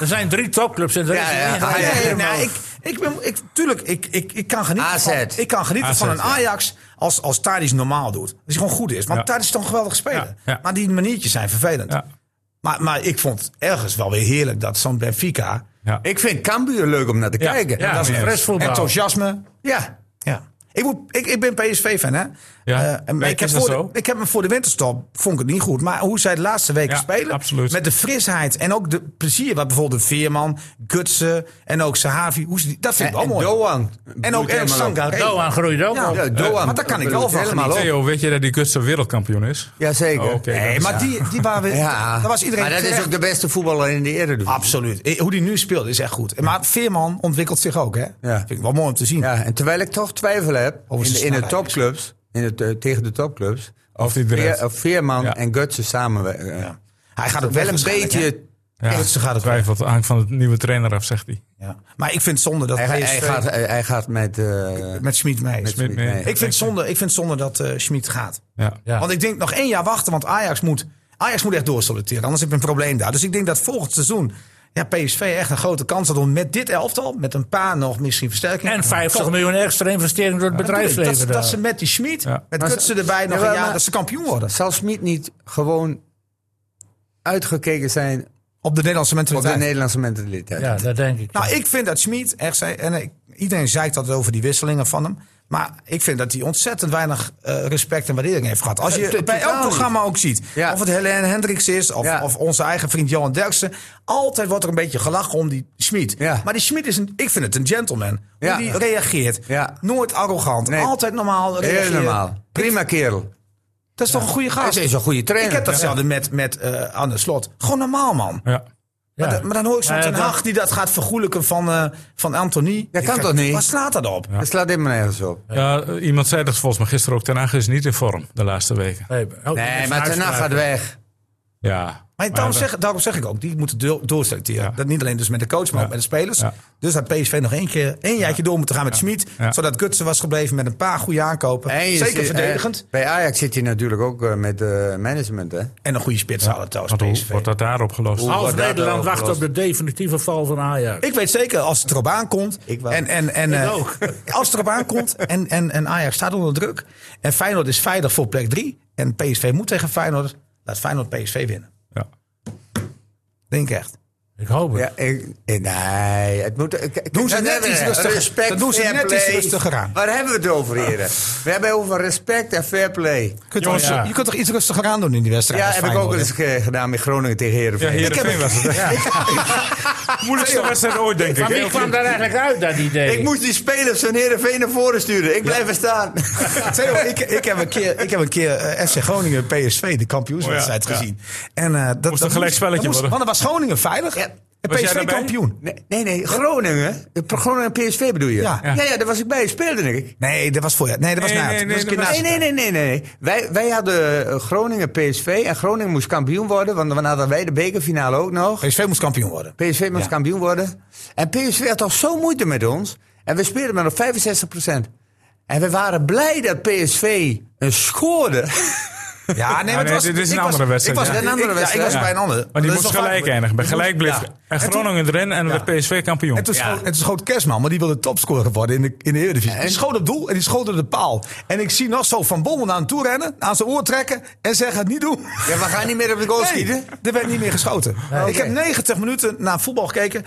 S2: Er zijn drie topclubs en er
S5: Ja,
S2: is
S5: ja,
S2: één.
S5: ja.
S1: Nee,
S5: Ajax.
S1: nee, nee, nou, ik, ik ben, ik, tuurlijk, ik, ik, ik kan genieten,
S5: AZ.
S1: Van, ik kan genieten
S3: AZ,
S1: van een
S3: ja.
S1: Ajax als, als Tadic normaal doet. Als hij gewoon goed is. Want
S3: Ja.
S1: Tadic is toch een geweldig speler.
S3: Ja, ja.
S1: Maar die maniertjes zijn vervelend.
S3: Ja.
S1: Maar, maar ik vond ergens wel weer heerlijk dat zo'n Benfica...
S3: Ja.
S5: Ik vind Cambuur leuk om naar te
S3: Ja,
S5: kijken.
S2: ja.
S5: Dat-
S1: dat is
S2: maar restvoetbal.
S1: Enthousiasme.
S5: ja.
S1: Ja. Ik, moet, ik, ik ben PSV-fan, hè?
S3: Ja.
S1: Eh, en- maar
S3: Nee,
S1: ik, heb
S3: is dat
S1: voor
S3: zo?
S1: de, ik heb hem voor de winterstop, vond ik het niet goed. Maar hoe zij de laatste weken
S3: Ja,
S1: spelen,
S3: absoluut.
S1: met de frisheid en ook de plezier... wat bijvoorbeeld Veerman, Gutsen en ook Sahavi... Hoe ze die, dat vind
S5: En,
S1: ik wel mooi.
S5: Doan.
S1: en ook
S5: Boeit
S1: Ernst
S5: helemaal op.
S1: Sangaré.
S2: Doan groeit ook
S1: Ja,
S2: op.
S5: Ja, Doan.
S1: maar daar kan ik wel
S5: Boeit
S1: van
S5: helemaal
S1: genieten.
S5: op.
S3: Theo, weet je dat die Gutsen wereldkampioen is?
S5: Jazeker.
S3: Oh, oké.
S1: Nee, maar die, die waren we.
S5: Ja.
S1: Daar was iedereen
S5: maar dat is
S1: terecht.
S5: ook de beste voetballer in de Eredivisie.
S1: Absoluut. Eh, Hoe die nu speelt is echt goed. Maar Veerman ontwikkelt zich ook, hè? Vind ik wel mooi om te zien.
S5: Ja, en terwijl ik toch twijfel heb
S1: Over
S5: in de,
S1: zijn
S5: in de
S1: snelheid.
S5: topclubs, in de, eh, tegen de topclubs,
S3: Of die eruit.
S5: Veer- of Veerman
S3: Ja.
S5: en Gutsen samen. eh,
S1: Hij gaat ook
S5: Wel een beetje.
S3: Ja,
S1: Gutsen gaat het weg.
S3: twijfelt. Hangt van de nieuwe trainer af, zegt hij.
S1: Ja. Maar ik vind het zonde dat
S5: Hij, hij,
S1: PSV
S5: gaat, hij, hij gaat met. eh,
S1: met Schmid mee. is.
S3: Smit mee.
S5: nee.
S1: Ik vind het zonde, ik vind het zonde dat eh Schmid gaat.
S3: Ja.
S2: Ja.
S1: Want ik denk nog één jaar wachten, want Ajax moet, Ajax moet echt doorsolliciteren. Anders heb je een probleem daar. Dus ik denk dat volgend seizoen ja, PSV echt een grote kans had om met dit elftal, met een paar nog misschien versterkingen.
S2: En 50
S1: Toch-
S2: miljoen extra investering door het bedrijfsleven.
S1: Dat,
S2: daar.
S1: dat ze met die Schmid,
S3: Ja.
S1: met
S5: Maar
S1: Kutsen
S5: ze-
S1: erbij nog
S5: Jawel,
S1: een jaar,
S5: maar-
S1: dat ze kampioen worden.
S5: oh, zal Smit niet gewoon uitgekeken zijn
S1: Op de Nederlandse
S5: op de
S1: mentaliteit.
S5: Nederlandse mentaliteit?
S2: ja, dat denk ik.
S1: nou, ik vind dat Schmid echt zei, en ik- iedereen zeikt dat over die wisselingen van hem. Maar ik vind dat hij ontzettend weinig eh, respect en waardering heeft gehad. Als
S5: Eh,
S1: je
S5: to-
S1: bij elk
S5: totaal niet.
S1: programma ook ziet.
S5: Ja.
S1: Of het Helene Hendricks is. Of,
S5: Ja.
S1: of onze eigen vriend Johan Derksen. Altijd wordt er een beetje gelachen om die Schmid.
S5: Ja.
S1: Maar die Schmid is een. Ik vind het een gentleman.
S5: Ja.
S1: Hoe die reageert.
S5: Ja.
S1: Nooit arrogant.
S5: Nee.
S1: Altijd normaal.
S5: Heel
S1: reageren.
S5: normaal. Prima kerel.
S1: Dat is toch een goede
S5: Hij
S1: gast.
S5: is een goede trainer.
S1: Ik heb datzelfde met, met eh Anne Slot. Gewoon normaal, man.
S3: Ja.
S1: Maar, da- maar dan hoor ik zo'n
S2: Ja,
S1: Ten
S2: dat-
S1: Hag die dat gaat vergoelijken van, eh van Anthony.
S5: Dat kan
S1: Ik-
S5: toch niet?
S1: Waar slaat dat op?
S5: Dat slaat helemaal nergens op.
S3: Ja, eh, iemand zei dat volgens mij gisteren ook. Ten Hag is niet in vorm de laatste weken.
S2: Nee, oh,
S5: Nee, maar daarna gaat weg.
S3: Ja.
S1: Maar daarom, zeg, daarom zeg ik ook, die moeten do- doorselecteren.
S3: Ja.
S1: Dat niet alleen dus met de coach, maar ook met de spelers.
S3: Ja.
S1: Dus dat PSV nog één keer, één jaartje door moeten gaan met Schmid.
S3: Ja.
S1: Zodat Gutsen was gebleven met een paar goede aankopen.
S5: En je
S1: Zeker
S5: zit-
S1: verdedigend.
S5: eh, bij Ajax zit hij natuurlijk ook eh, met eh, management. Hè?
S1: En een goede spits hadden trouwens
S3: Want hoe
S1: PSV.
S3: wordt dat daarop gelost?
S5: Hoe-
S2: Half
S5: wordt dat
S2: Nederland
S5: wel
S2: wacht op
S5: opgelost?
S2: de definitieve val van Ajax.
S1: Ik weet zeker, als het erop aankomt.
S5: Ik wel.
S1: en, en, en, eh,
S2: ook.
S1: Als het erop aankomt en, en, en Ajax staat onder druk. En Feyenoord is veilig voor plek 3. En PSV moet tegen Feyenoord. Laat Feyenoord PSV winnen.
S3: Ja.
S1: Denk echt.
S2: Ik hoop het.
S5: Ja, ik, eh, nee, het moet... eh, k-
S1: Doen ze
S5: dat
S1: net
S5: hebben we,
S1: iets
S5: hè.
S1: rustiger.
S5: Respect,
S1: Dat doen ze
S5: fair
S1: net iets
S5: play.
S1: rustiger aan.
S5: Waar hebben we het over, heren? We hebben over respect en fair play.
S1: Je kunt,
S3: Jongens,
S1: toch,
S3: ja.
S1: je kunt toch iets rustiger aan doen in die wedstrijd?
S5: Ja,
S1: als
S5: heb ik ook
S1: Feyenoord,
S5: eens
S1: hè?
S5: eh, gedaan met Groningen tegen
S3: Ja,
S5: Heerenveen.
S3: Heerenveen was het. Ja. Moeilijkste wedstrijd ooit, denk ik.
S2: Maar wie kwam daar eigenlijk uit, dat idee?
S5: Ik moest die spelers van Heerenveen naar voren sturen. Ik blijf er staan.
S1: Theo, ik, ik heb een keer, ik heb een keer eh, FC Groningen PSV, de kampioenswedstrijd,
S3: Oh ja, ja.
S1: gezien. En, eh, dat,
S3: een gelijk spelletje
S1: dat moest-
S3: worden.
S1: Want dan was Groningen veilig.
S5: Ja.
S1: En
S3: Was jij
S1: PSV
S3: daarbij?
S1: kampioen.
S5: Nee, nee, nee, Groningen. De- Groningen PSV bedoel je?
S1: Ja.
S5: ja. ja daar was ik bij. Speelde ik.
S1: Nee, dat was voor Nee, dat was
S3: Nee,
S1: na het-
S3: nee,
S1: dat
S3: nee,
S1: was een keer na
S3: dat
S5: Nee,
S1: het-
S5: nee, nee, nee, nee. Wij, wij hadden eh, Groningen PSV en Groningen moest kampioen worden, want dan hadden wij de bekerfinale ook nog.
S1: PSV moest kampioen worden.
S5: PSV moest
S1: Ja.
S5: kampioen worden. En PSV had toch zo moeite met ons. En we speelden maar op 65%. En we waren blij dat PSV een scoorde.
S1: Ja, nee, maar het
S3: nee,
S1: was,
S3: dit is een
S1: ik was-
S3: andere wedstrijd,
S1: Ik was
S3: ja.
S1: bij een andere
S8: Ik- ja, ik
S1: wedstrijd. ik was bij een andere.
S3: Maar die
S1: Dat is
S3: moest
S1: wel
S3: gelijk
S1: vaak-
S3: eindigen. Bij
S1: Die
S3: gelijk
S1: moest-
S3: bleef
S1: ja.
S3: en Groningen erin en werd PSV kampioen.
S1: En toen, schoot, en toen schoot Kerstman, maar die wilde topscorer worden in de, in de Eredivisie. die schoot op doel en die schoot op de paal. En ik zie nog zo Van Bommel naar hem toe rennen, aan zijn oor trekken en zeggen niet doen.
S8: Ja, we gaan niet meer op de goal
S1: Nee,
S8: schieten.
S1: er werd niet meer geschoten. Ik heb 90 minuten naar voetbal gekeken.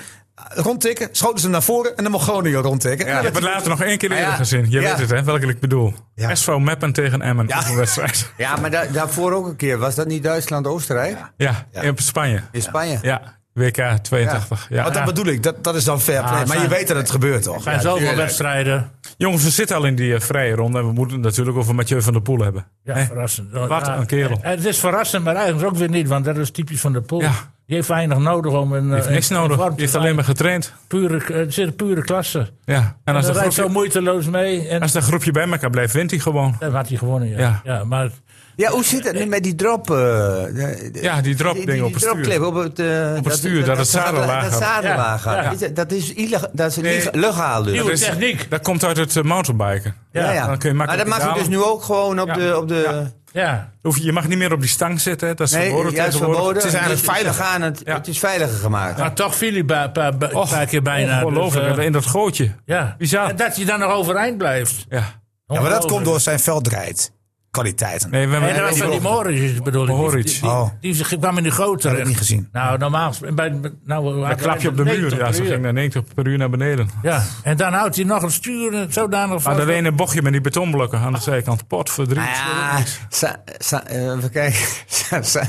S1: Rondtikken, schoten ze hem naar voren en dan mocht Groningen rondtikken.
S3: Ik
S1: Ja.
S3: heb het later nog één keer
S8: Ah, ja.
S3: eerder gezien. Je
S8: Ja.
S3: weet het, hè, welke ik bedoel.
S1: Ja.
S3: SV Meppen tegen Emmen. Ja. wedstrijd.
S5: Ja, maar da- daarvoor ook een keer. Was dat niet Duitsland-Oostenrijk?
S3: Ja, in Spanje.
S5: In Spanje?
S3: Ja, WK 82. Ja.
S1: Wat dat bedoel ik, dat, dat is dan fair play.
S2: Ah,
S1: maar je
S2: fijn.
S1: weet dat het gebeurt toch?
S2: zijn zoveel wedstrijden.
S3: Jongens, we zitten al in die eh, vrije ronde. En we moeten het natuurlijk over Mathieu van der Poel hebben.
S2: Ja,
S3: Hè?
S2: verrassend.
S3: Wat
S2: Ja,
S3: een kerel.
S2: Het is verrassend, maar eigenlijk ook weer niet, want dat is typisch van de pool.
S3: Ja.
S2: Die heeft weinig nodig om een.
S3: Die heeft niks nodig. Die heeft alleen maar getraind.
S2: Pure, het zit een pure klasse.
S3: Ja. En als
S2: Hij
S3: dat
S2: rijdt zo
S3: groepje,
S2: moeiteloos mee en
S3: als dat groepje bij elkaar blijft, wint hij gewoon.
S2: dan had hij gewonnen. Ja.
S3: Ja.
S2: Ja. maar het-
S5: Ja, hoe zit het nu met die drop? eh, de- de-
S3: Ja, die drop ding op het stuur.
S5: dropclip op het, eh, dat-
S3: stuur, dat het zadel laag
S5: Dat
S3: gaat.
S5: zadel
S2: Ja,
S5: laag gaat.
S2: ja.
S5: Is dat- Dat is illegaal. Dat is
S3: Nee.
S5: leg- legaal dus.
S2: nieuwe
S3: is-
S2: techniek.
S3: Dat komt uit het eh, mountainbiken.
S5: Ja, ja.
S3: Dan kun je
S5: Maar dat
S3: makkelijk
S5: mag je dus
S3: dalen.
S5: nu ook gewoon op
S3: Ja.
S5: de... Op de
S2: Ja.
S3: Hoef je- Je mag niet meer op die stang zitten. hè. Dat is
S5: nee,
S3: verboden
S5: juist
S3: tegenwoordig.
S5: verboden.
S1: Het is eigenlijk
S5: Dus ze
S1: veiliger.
S5: gaan het,
S3: Ja.
S5: het is veiliger gemaakt.
S2: Maar toch viel hij een paar, paar- paar
S3: Och,
S2: keer bijna. dus,
S3: Ongelooflijk.
S2: eh,
S3: in dat gootje.
S2: ja.
S3: Bizar.
S2: En dat hij dan nog overeind blijft.
S3: Ja.
S1: Ja, maar dat komt door zijn veldrijd. Kwaliteiten.
S3: Nee, we hebben
S2: En dat was van die Morris, bedoel ik.
S3: Mohoric.
S2: Die- die-
S1: Oh.
S2: Die, die kwam in de grote.
S1: heb ik niet gezien.
S2: Nou, normaal. gesproken- Bij, nou, we
S3: Een
S2: hadden
S3: klapje op de muur.
S2: 90
S3: Ja, ze
S2: per uur.
S3: ging naar 90 per uur naar beneden.
S2: Ja, en dan houdt hij nog een stuur eh, zodanig
S3: Maar
S2: vast.
S3: dat ene bochtje met die betonblokken aan de zijkant. Pot verdriet.
S5: Ah, ja, sa, sa, eh, even kijken. Sa- sa-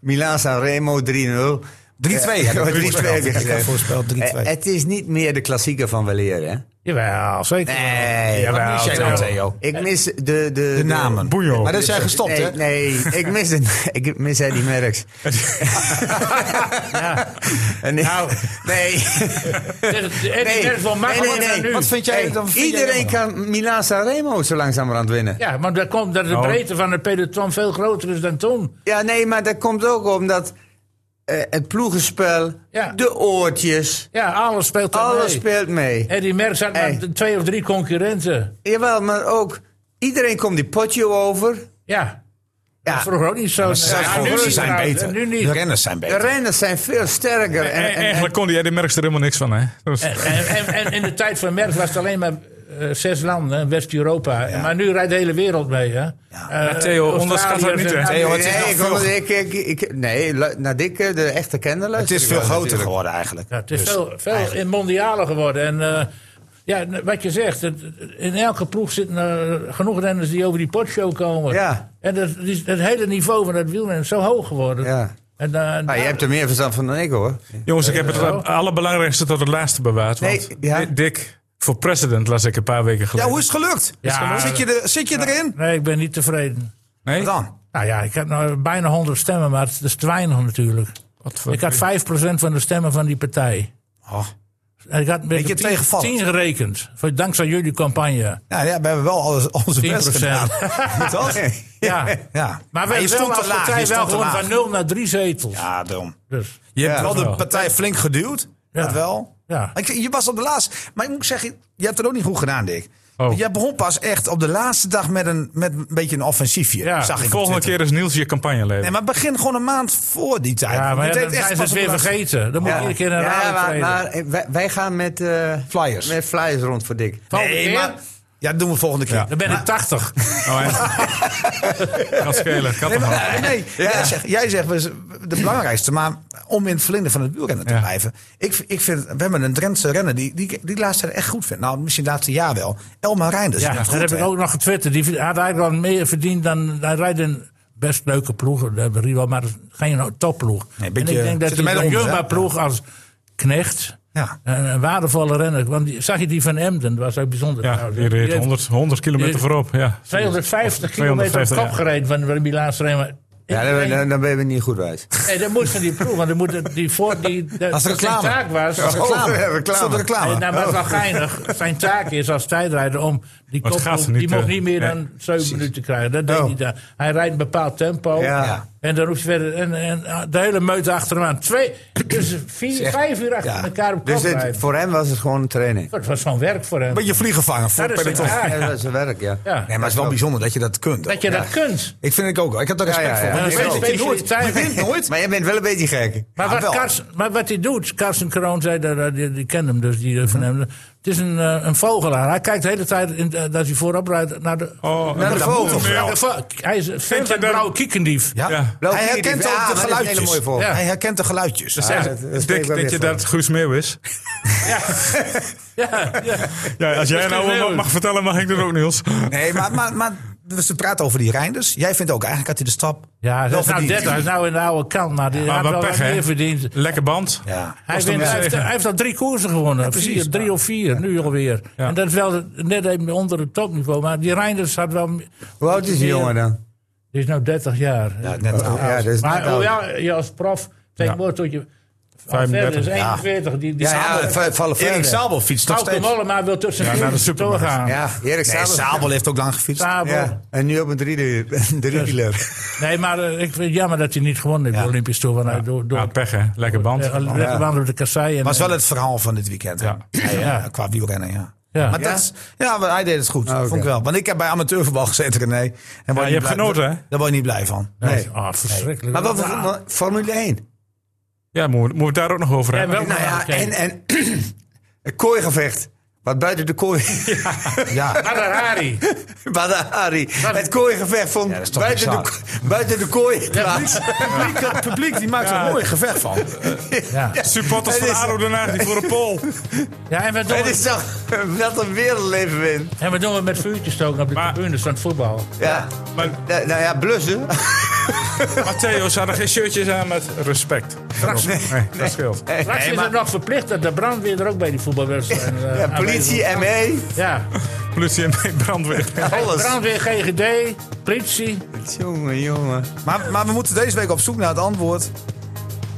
S5: Milan Sanremo 3-0.
S1: 3-2. Ja,
S5: Eh,
S1: dat
S5: 3-2 heb je
S1: voorspeld. Ik had
S5: gezegd.
S1: voorspeld 3-2.
S5: Eh, Het is niet meer de klassieker van weleer, hè?
S2: Jawel, zeker.
S5: Nee,
S1: Wat mis jij nou,
S2: Theo.
S1: Theo?
S5: ik mis de, de,
S1: De namen.
S3: Boejo.
S1: Maar dat is jij gestopt,
S5: nee,
S1: hè?
S5: Nee, ik mis, het, ik mis Eddie Merckx. En-
S1: Nou.
S5: nee.
S2: Eddie nee. Merckx wil makkelijker dan nu.
S1: Wat vind jij
S5: Hey,
S1: dan? vind jij
S5: iedereen
S1: jammer?
S5: kan Milan Sanremo zo langzamerhand winnen.
S2: Ja, maar dat komt dat de
S3: Nou.
S2: breedte van het peloton veel groter is dan toen.
S5: Ja, nee, maar dat komt ook omdat eh, het ploegenspel,
S2: Ja.
S5: de oortjes,
S2: Ja, alles speelt daar
S5: alles
S2: mee.
S5: speelt mee.
S2: Eddie Merckx had maar
S5: Hey.
S2: twee of drie concurrenten.
S5: Jawel, maar ook iedereen komt die potje over.
S2: Ja.
S5: Ja.
S2: Dat is vroeger ook niet zo.
S1: Zijn
S2: Ja,
S1: voor-
S2: nu
S1: ze
S2: niet
S1: zijn
S2: trouwens,
S1: beter.
S2: Nu
S1: De
S2: niet.
S1: renners zijn
S5: De
S1: beter.
S5: renners zijn veel sterker. En, en- en-
S3: Eigenlijk kon die Eddie Merckx er helemaal niks van. Hè? Dus-
S2: En, en, en in de tijd van Merckx was het alleen maar eh, zes landen, hè, West-Europa. Maar nu rijdt de hele wereld mee. Hè? Eh,
S3: Theo,
S2: Australiërs
S3: onderschat dat niet, hè?
S2: en-
S1: Theo, het is
S5: nee,
S1: nog
S5: ik,
S1: veel-
S5: wil- ik, ik, ik- nee, lu- naar Dikke, de echte kenner
S1: Het is veel groter geworden eigenlijk.
S2: Ja, het is
S1: Dus-
S2: veel, veel in mondialer geworden. En eh, ja, n- wat je zegt, het- in elke ploeg zitten eh, genoeg renners die over die potshow komen.
S5: Ja.
S2: En dat, die- het hele niveau van het wielrennen is zo hoog geworden.
S5: Ja.
S2: En, eh,
S5: Nou, je hebt er meer verstand van dan ik hoor.
S3: Jongens, ik heb het
S2: Eh,
S3: allerbelangrijkste tot het laatste bewaard. Want
S5: Nee, ja.
S3: Di- Dick, voor president las ik een paar weken
S1: Ja,
S3: geleden.
S1: hoe is het gelukt?
S2: Ja.
S1: Zit, je er, zit je erin?
S2: Nee, ik ben niet tevreden.
S3: nee?
S1: Dan.
S2: Nou ja, ik heb nou bijna 100 stemmen, maar het is te weinig natuurlijk.
S3: Wat voor-
S2: Ik had 5% van de stemmen van die partij.
S1: Oh.
S2: En Ik had met
S1: Beetje tegenvallend.
S2: 10 gerekend, voor- dankzij jullie campagne.
S1: Nou ja, we hebben wel alles, onze
S2: 10%.
S1: best gedaan. Toch?
S2: Ja.
S1: Ja.
S2: Maar we hebben wel als partij wel
S1: je stond te
S2: gewoon
S1: laag.
S2: van 0 naar 3 zetels.
S1: Ja, dom.
S2: Dus,
S1: Je hebt wel
S3: dat
S1: de
S3: wel.
S1: partij flink geduwd.
S2: Ja.
S1: Dat wel.
S2: ja.
S1: Maar ik- Je was op de laatste. Maar ik moet zeggen, je hebt het ook niet goed gedaan, Dick.
S3: Oh.
S1: Jij begon pas echt op de laatste dag met een, met een beetje een offensiefje.
S2: Ja,
S1: zag ik
S3: De
S1: op
S3: volgende
S1: Twitter.
S3: keer is Niels je campagne
S1: Nee,
S3: leven.
S1: maar begin gewoon een maand voor die tijd.
S2: Ja, maar
S1: Je
S2: ja,
S1: deed
S2: dan zijn
S1: echt
S2: ze het
S1: pas op
S2: weer
S1: de laatste-
S2: vergeten. Dan moet je iedere keer een
S5: ja,
S2: herhaling
S5: maar,
S2: treden.
S5: maar eh, wij, wij gaan met, eh,
S1: Flyers.
S5: met flyers rond voor Dick.
S2: Volgende
S1: Nee,
S2: keer,
S1: maar- Ja, dat doen we volgende keer.
S2: dan ben ik 80.
S3: Oh, en- kan schelen, kan
S1: Nee,
S3: toch wel.
S1: maar, eh, nee. Jij, zegt, jij zegt, we zijn de belangrijkste, maar om in het verlengde van het wielrennen te
S3: Ja.
S1: blijven. Ik, ik vind, we hebben een Drentse renner die, die, die laatst tijd echt goed vindt. Nou, misschien het laatste jaar wel. Elma Reinders.
S2: Ja,
S1: Ja,
S2: dat heb ik ook nog getwitterd. Die had eigenlijk wel meer verdiend dan... Hij rijdt een best leuke ploeg, de Rio, maar geen topploeg.
S1: Nee, een
S2: en
S1: beetje-
S2: ik denk dat
S1: zit er
S2: die
S1: mij eronder,
S2: Jumba
S1: hè?
S2: ploeg als knecht...
S1: Ja.
S2: Een, een waardevolle renner. Want die, zag je die van Emden? Dat was ook bijzonder.
S3: Ja,
S2: trouwens.
S3: die reed
S2: heeft
S3: 100, 100 kilometer
S2: Nou, die-
S3: voorop. Ja.
S2: 250
S3: Of
S2: kilometer op
S3: 250,
S2: kop
S3: ja.
S2: gereden van de Milaan Rema.
S5: Ja, dan, dan, dan ben je niet goed wijs.
S2: Nee, dat moet van die ploeg. Want dan moet het- die, voor, die, dat
S1: Als
S2: dat zijn
S1: reclame.
S2: taak was...
S1: reclame.
S5: Oh, reclame. Oh.
S1: Stond er reclame.
S2: En nou, maar het is wel geinig. Zijn taak is als tijdrijder om die
S3: Maar het
S2: kop,
S3: gaat er
S2: die
S3: niet,
S2: mocht
S3: eh,
S2: niet meer
S3: nee.
S2: dan zeven minuten krijgen. Dat deed hij daar. Hij rijdt een bepaald tempo.
S5: Oh. Ja.
S1: Ja.
S2: En dan roept je verder. En, en ah, de hele meute achter hem aan. Twee, dus vier, vijf uur achter elkaar op kop
S5: Dus dit-
S2: blijven.
S5: voor hem was het gewoon een training.
S2: Dat was gewoon werk voor hem.
S1: Beetje vliegen vangen voor
S2: Dat is
S1: peloton.
S2: het, ja.
S5: Ja, dat is zijn werk, ja.
S2: Ja.
S1: Nee, maar het is wel bijzonder dat je dat kunt.
S2: dat je dat kunt.
S1: Ik vind het ook. Ik heb daar
S5: Ja,
S1: respect
S5: ja, ja.
S1: voor.
S2: Dat is
S1: want je weet
S2: wel
S1: het nooit. Je
S2: specialiteit.
S1: wint nooit.
S8: Maar jij bent wel een beetje gek.
S1: Ja,
S2: Maar, wat
S1: wel.
S2: Kars, maar wat hij doet, Karsten Kroon zei, dat, dat- die, die kent hem dus, die eh, van hem. Het is een, eh, een vogelaar. Hij kijkt de hele tijd in, eh, dat hij voorop rijdt naar de...
S3: Oh,
S1: de
S3: dat
S1: vogel.
S3: moet hem wel.
S2: Naar de vo- hij is een fan
S3: Vind je
S2: van
S3: dat-
S2: blauwe kiekendief.
S1: Ja.
S3: Ja.
S5: Blauw
S1: Hij
S5: vier,
S1: herkent
S5: die-
S1: ook
S5: ah,
S1: de
S5: maar dat is een
S1: geluidjes.
S5: hele mooie volg.
S2: Ja.
S1: Hij herkent de geluidjes.
S3: Dus echt,
S5: dat- dat spreekt
S3: Dick,
S5: wel
S3: denk
S5: weer
S3: je
S5: voor.
S3: dat het Guus Meeuw is?
S2: Ja, ja.
S3: Ja, als jij
S2: is Guus
S3: nou
S2: Meeuwis.
S3: wat mag vertellen, mag ik dat ook, Niels.
S1: Nee, maar, maar, maar ze praten over die Reinders. Jij vindt ook, eigenlijk had hij de stap
S2: ja hij
S1: wel
S2: is nou
S1: verdiend.
S2: 30, hij is nou in de oude kant. Maar die
S3: Maar
S2: had
S3: wat
S2: wel
S3: pech,
S2: wat meer verdiend.
S3: hè? Lekker band.
S1: Ja.
S2: Hij, wint- hij, heeft, hij heeft al drie koersen gewonnen.
S1: precies.
S2: Vier, drie of vier, nu alweer. En dat is wel net even onder het topniveau. Maar die Reinders had wel... m-
S5: Hoe oud is die
S2: meer-
S5: jongen dan?
S2: Die is nou 30 jaar.
S1: Ja, net aan.
S5: Ja, dat is net
S2: Maar oh
S5: oud.
S2: ja, ja, als prof tegenwoordig tot je... Verder
S3: 35.
S2: is 41. Die, die
S5: Ja, ja,
S2: Sabel-
S5: va- vallen
S1: Erik
S5: verder.
S1: Sabel fietst nog
S2: Bouke
S1: steeds.
S2: Mollema wil tussen
S3: Ja, naar de
S2: de
S3: supermarkt.
S2: doorgaan.
S5: Ja, Erik
S1: Nee,
S5: Sabel.
S1: Sabel heeft ook lang gefietst.
S2: Sabel.
S5: Ja, en nu op een driede- een driewieler.
S2: Nee, maar eh, ik vind het jammer dat hij niet gewonnen heeft, de Olympisch Tour. Want hij door, door,
S3: Ja, nou, pech hè, lekker band.
S2: eh, lekker wandelen op de kassei. En,
S1: was wel het verhaal van dit weekend. hè? Ja. ja, qua wielrennen, ja.
S2: Ja.
S1: maar
S2: Ja?
S1: Dat, is- ja, maar hij deed het goed.
S5: oké.
S1: Vond ik wel. Want ik heb bij amateurvoetbal gezeten, René. En word
S3: je
S1: niet
S3: hebt
S1: blij-
S3: genoten, hè?
S1: Daar word je niet blij van.
S2: Nee. Ah, verschrikkelijk.
S5: Maar wat, wat- Formule 1.
S3: Ja, moeten we- moeten we het daar ook nog over
S2: Ja,
S3: hebben?
S2: wel-
S5: Nou ja, en, en een kooigevecht. Wat buiten de kooi.
S1: Ja,
S2: Ferrari.
S5: Badahari. Het kooigevecht vond
S1: is toch
S5: buiten, de,
S1: bizar.
S5: ko- buiten de kooi plaats.
S1: publiek, het publiek die maakt er een mooi gevecht van.
S2: Ja.
S3: Supporters van
S5: Het is-
S3: ADO Den Haag die voor een pol.
S2: ja, en we doen
S5: Het is toch wat een wereldleven win.
S2: En we doen het met vuurtjes stoken op de
S3: Maar-
S2: tribunes van het voetbal.
S5: Ja.
S3: Maar
S5: Nou, nou ja, blussen.
S3: Matteo had er geen shirtjes aan met respect. Nee, dat scheelt.
S2: Straks is het nog verplicht dat de brandweer er ook bij die voetbalwedstrijd eh,
S5: Ja,
S2: aanwezig
S5: politie, E.
S2: is.
S5: ME.
S2: Ja,
S3: Politie en brandweer.
S5: Alles.
S2: brandweer, GGD, politie.
S5: Jongen, jongen.
S1: Maar, maar we moeten deze week op zoek naar het antwoord.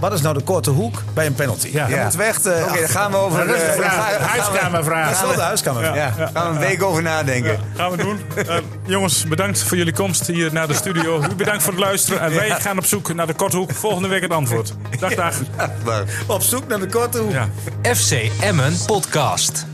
S1: Wat is nou de korte hoek bij een penalty? Ja.
S5: Ja.
S1: moeten we echt... eh,
S5: Oké,
S1: achter-
S5: dan gaan we over...
S2: Dat is de
S5: eh, dan
S2: vraag,
S5: gaan-
S2: de
S5: gaan we-
S1: dat is wel
S2: huiskamervraag.
S1: de huiskamer.
S5: Ja, gaan we een week over nadenken.
S3: Gaan we doen. Eh, jongens, bedankt voor jullie komst hier naar de studio. U bedankt voor het luisteren. En wij gaan op zoek naar de korte hoek. Volgende week het antwoord. Dag, dag.
S5: Maar-
S1: Op zoek naar de korte hoek.
S3: Ja.
S4: FC Emmen Podcast.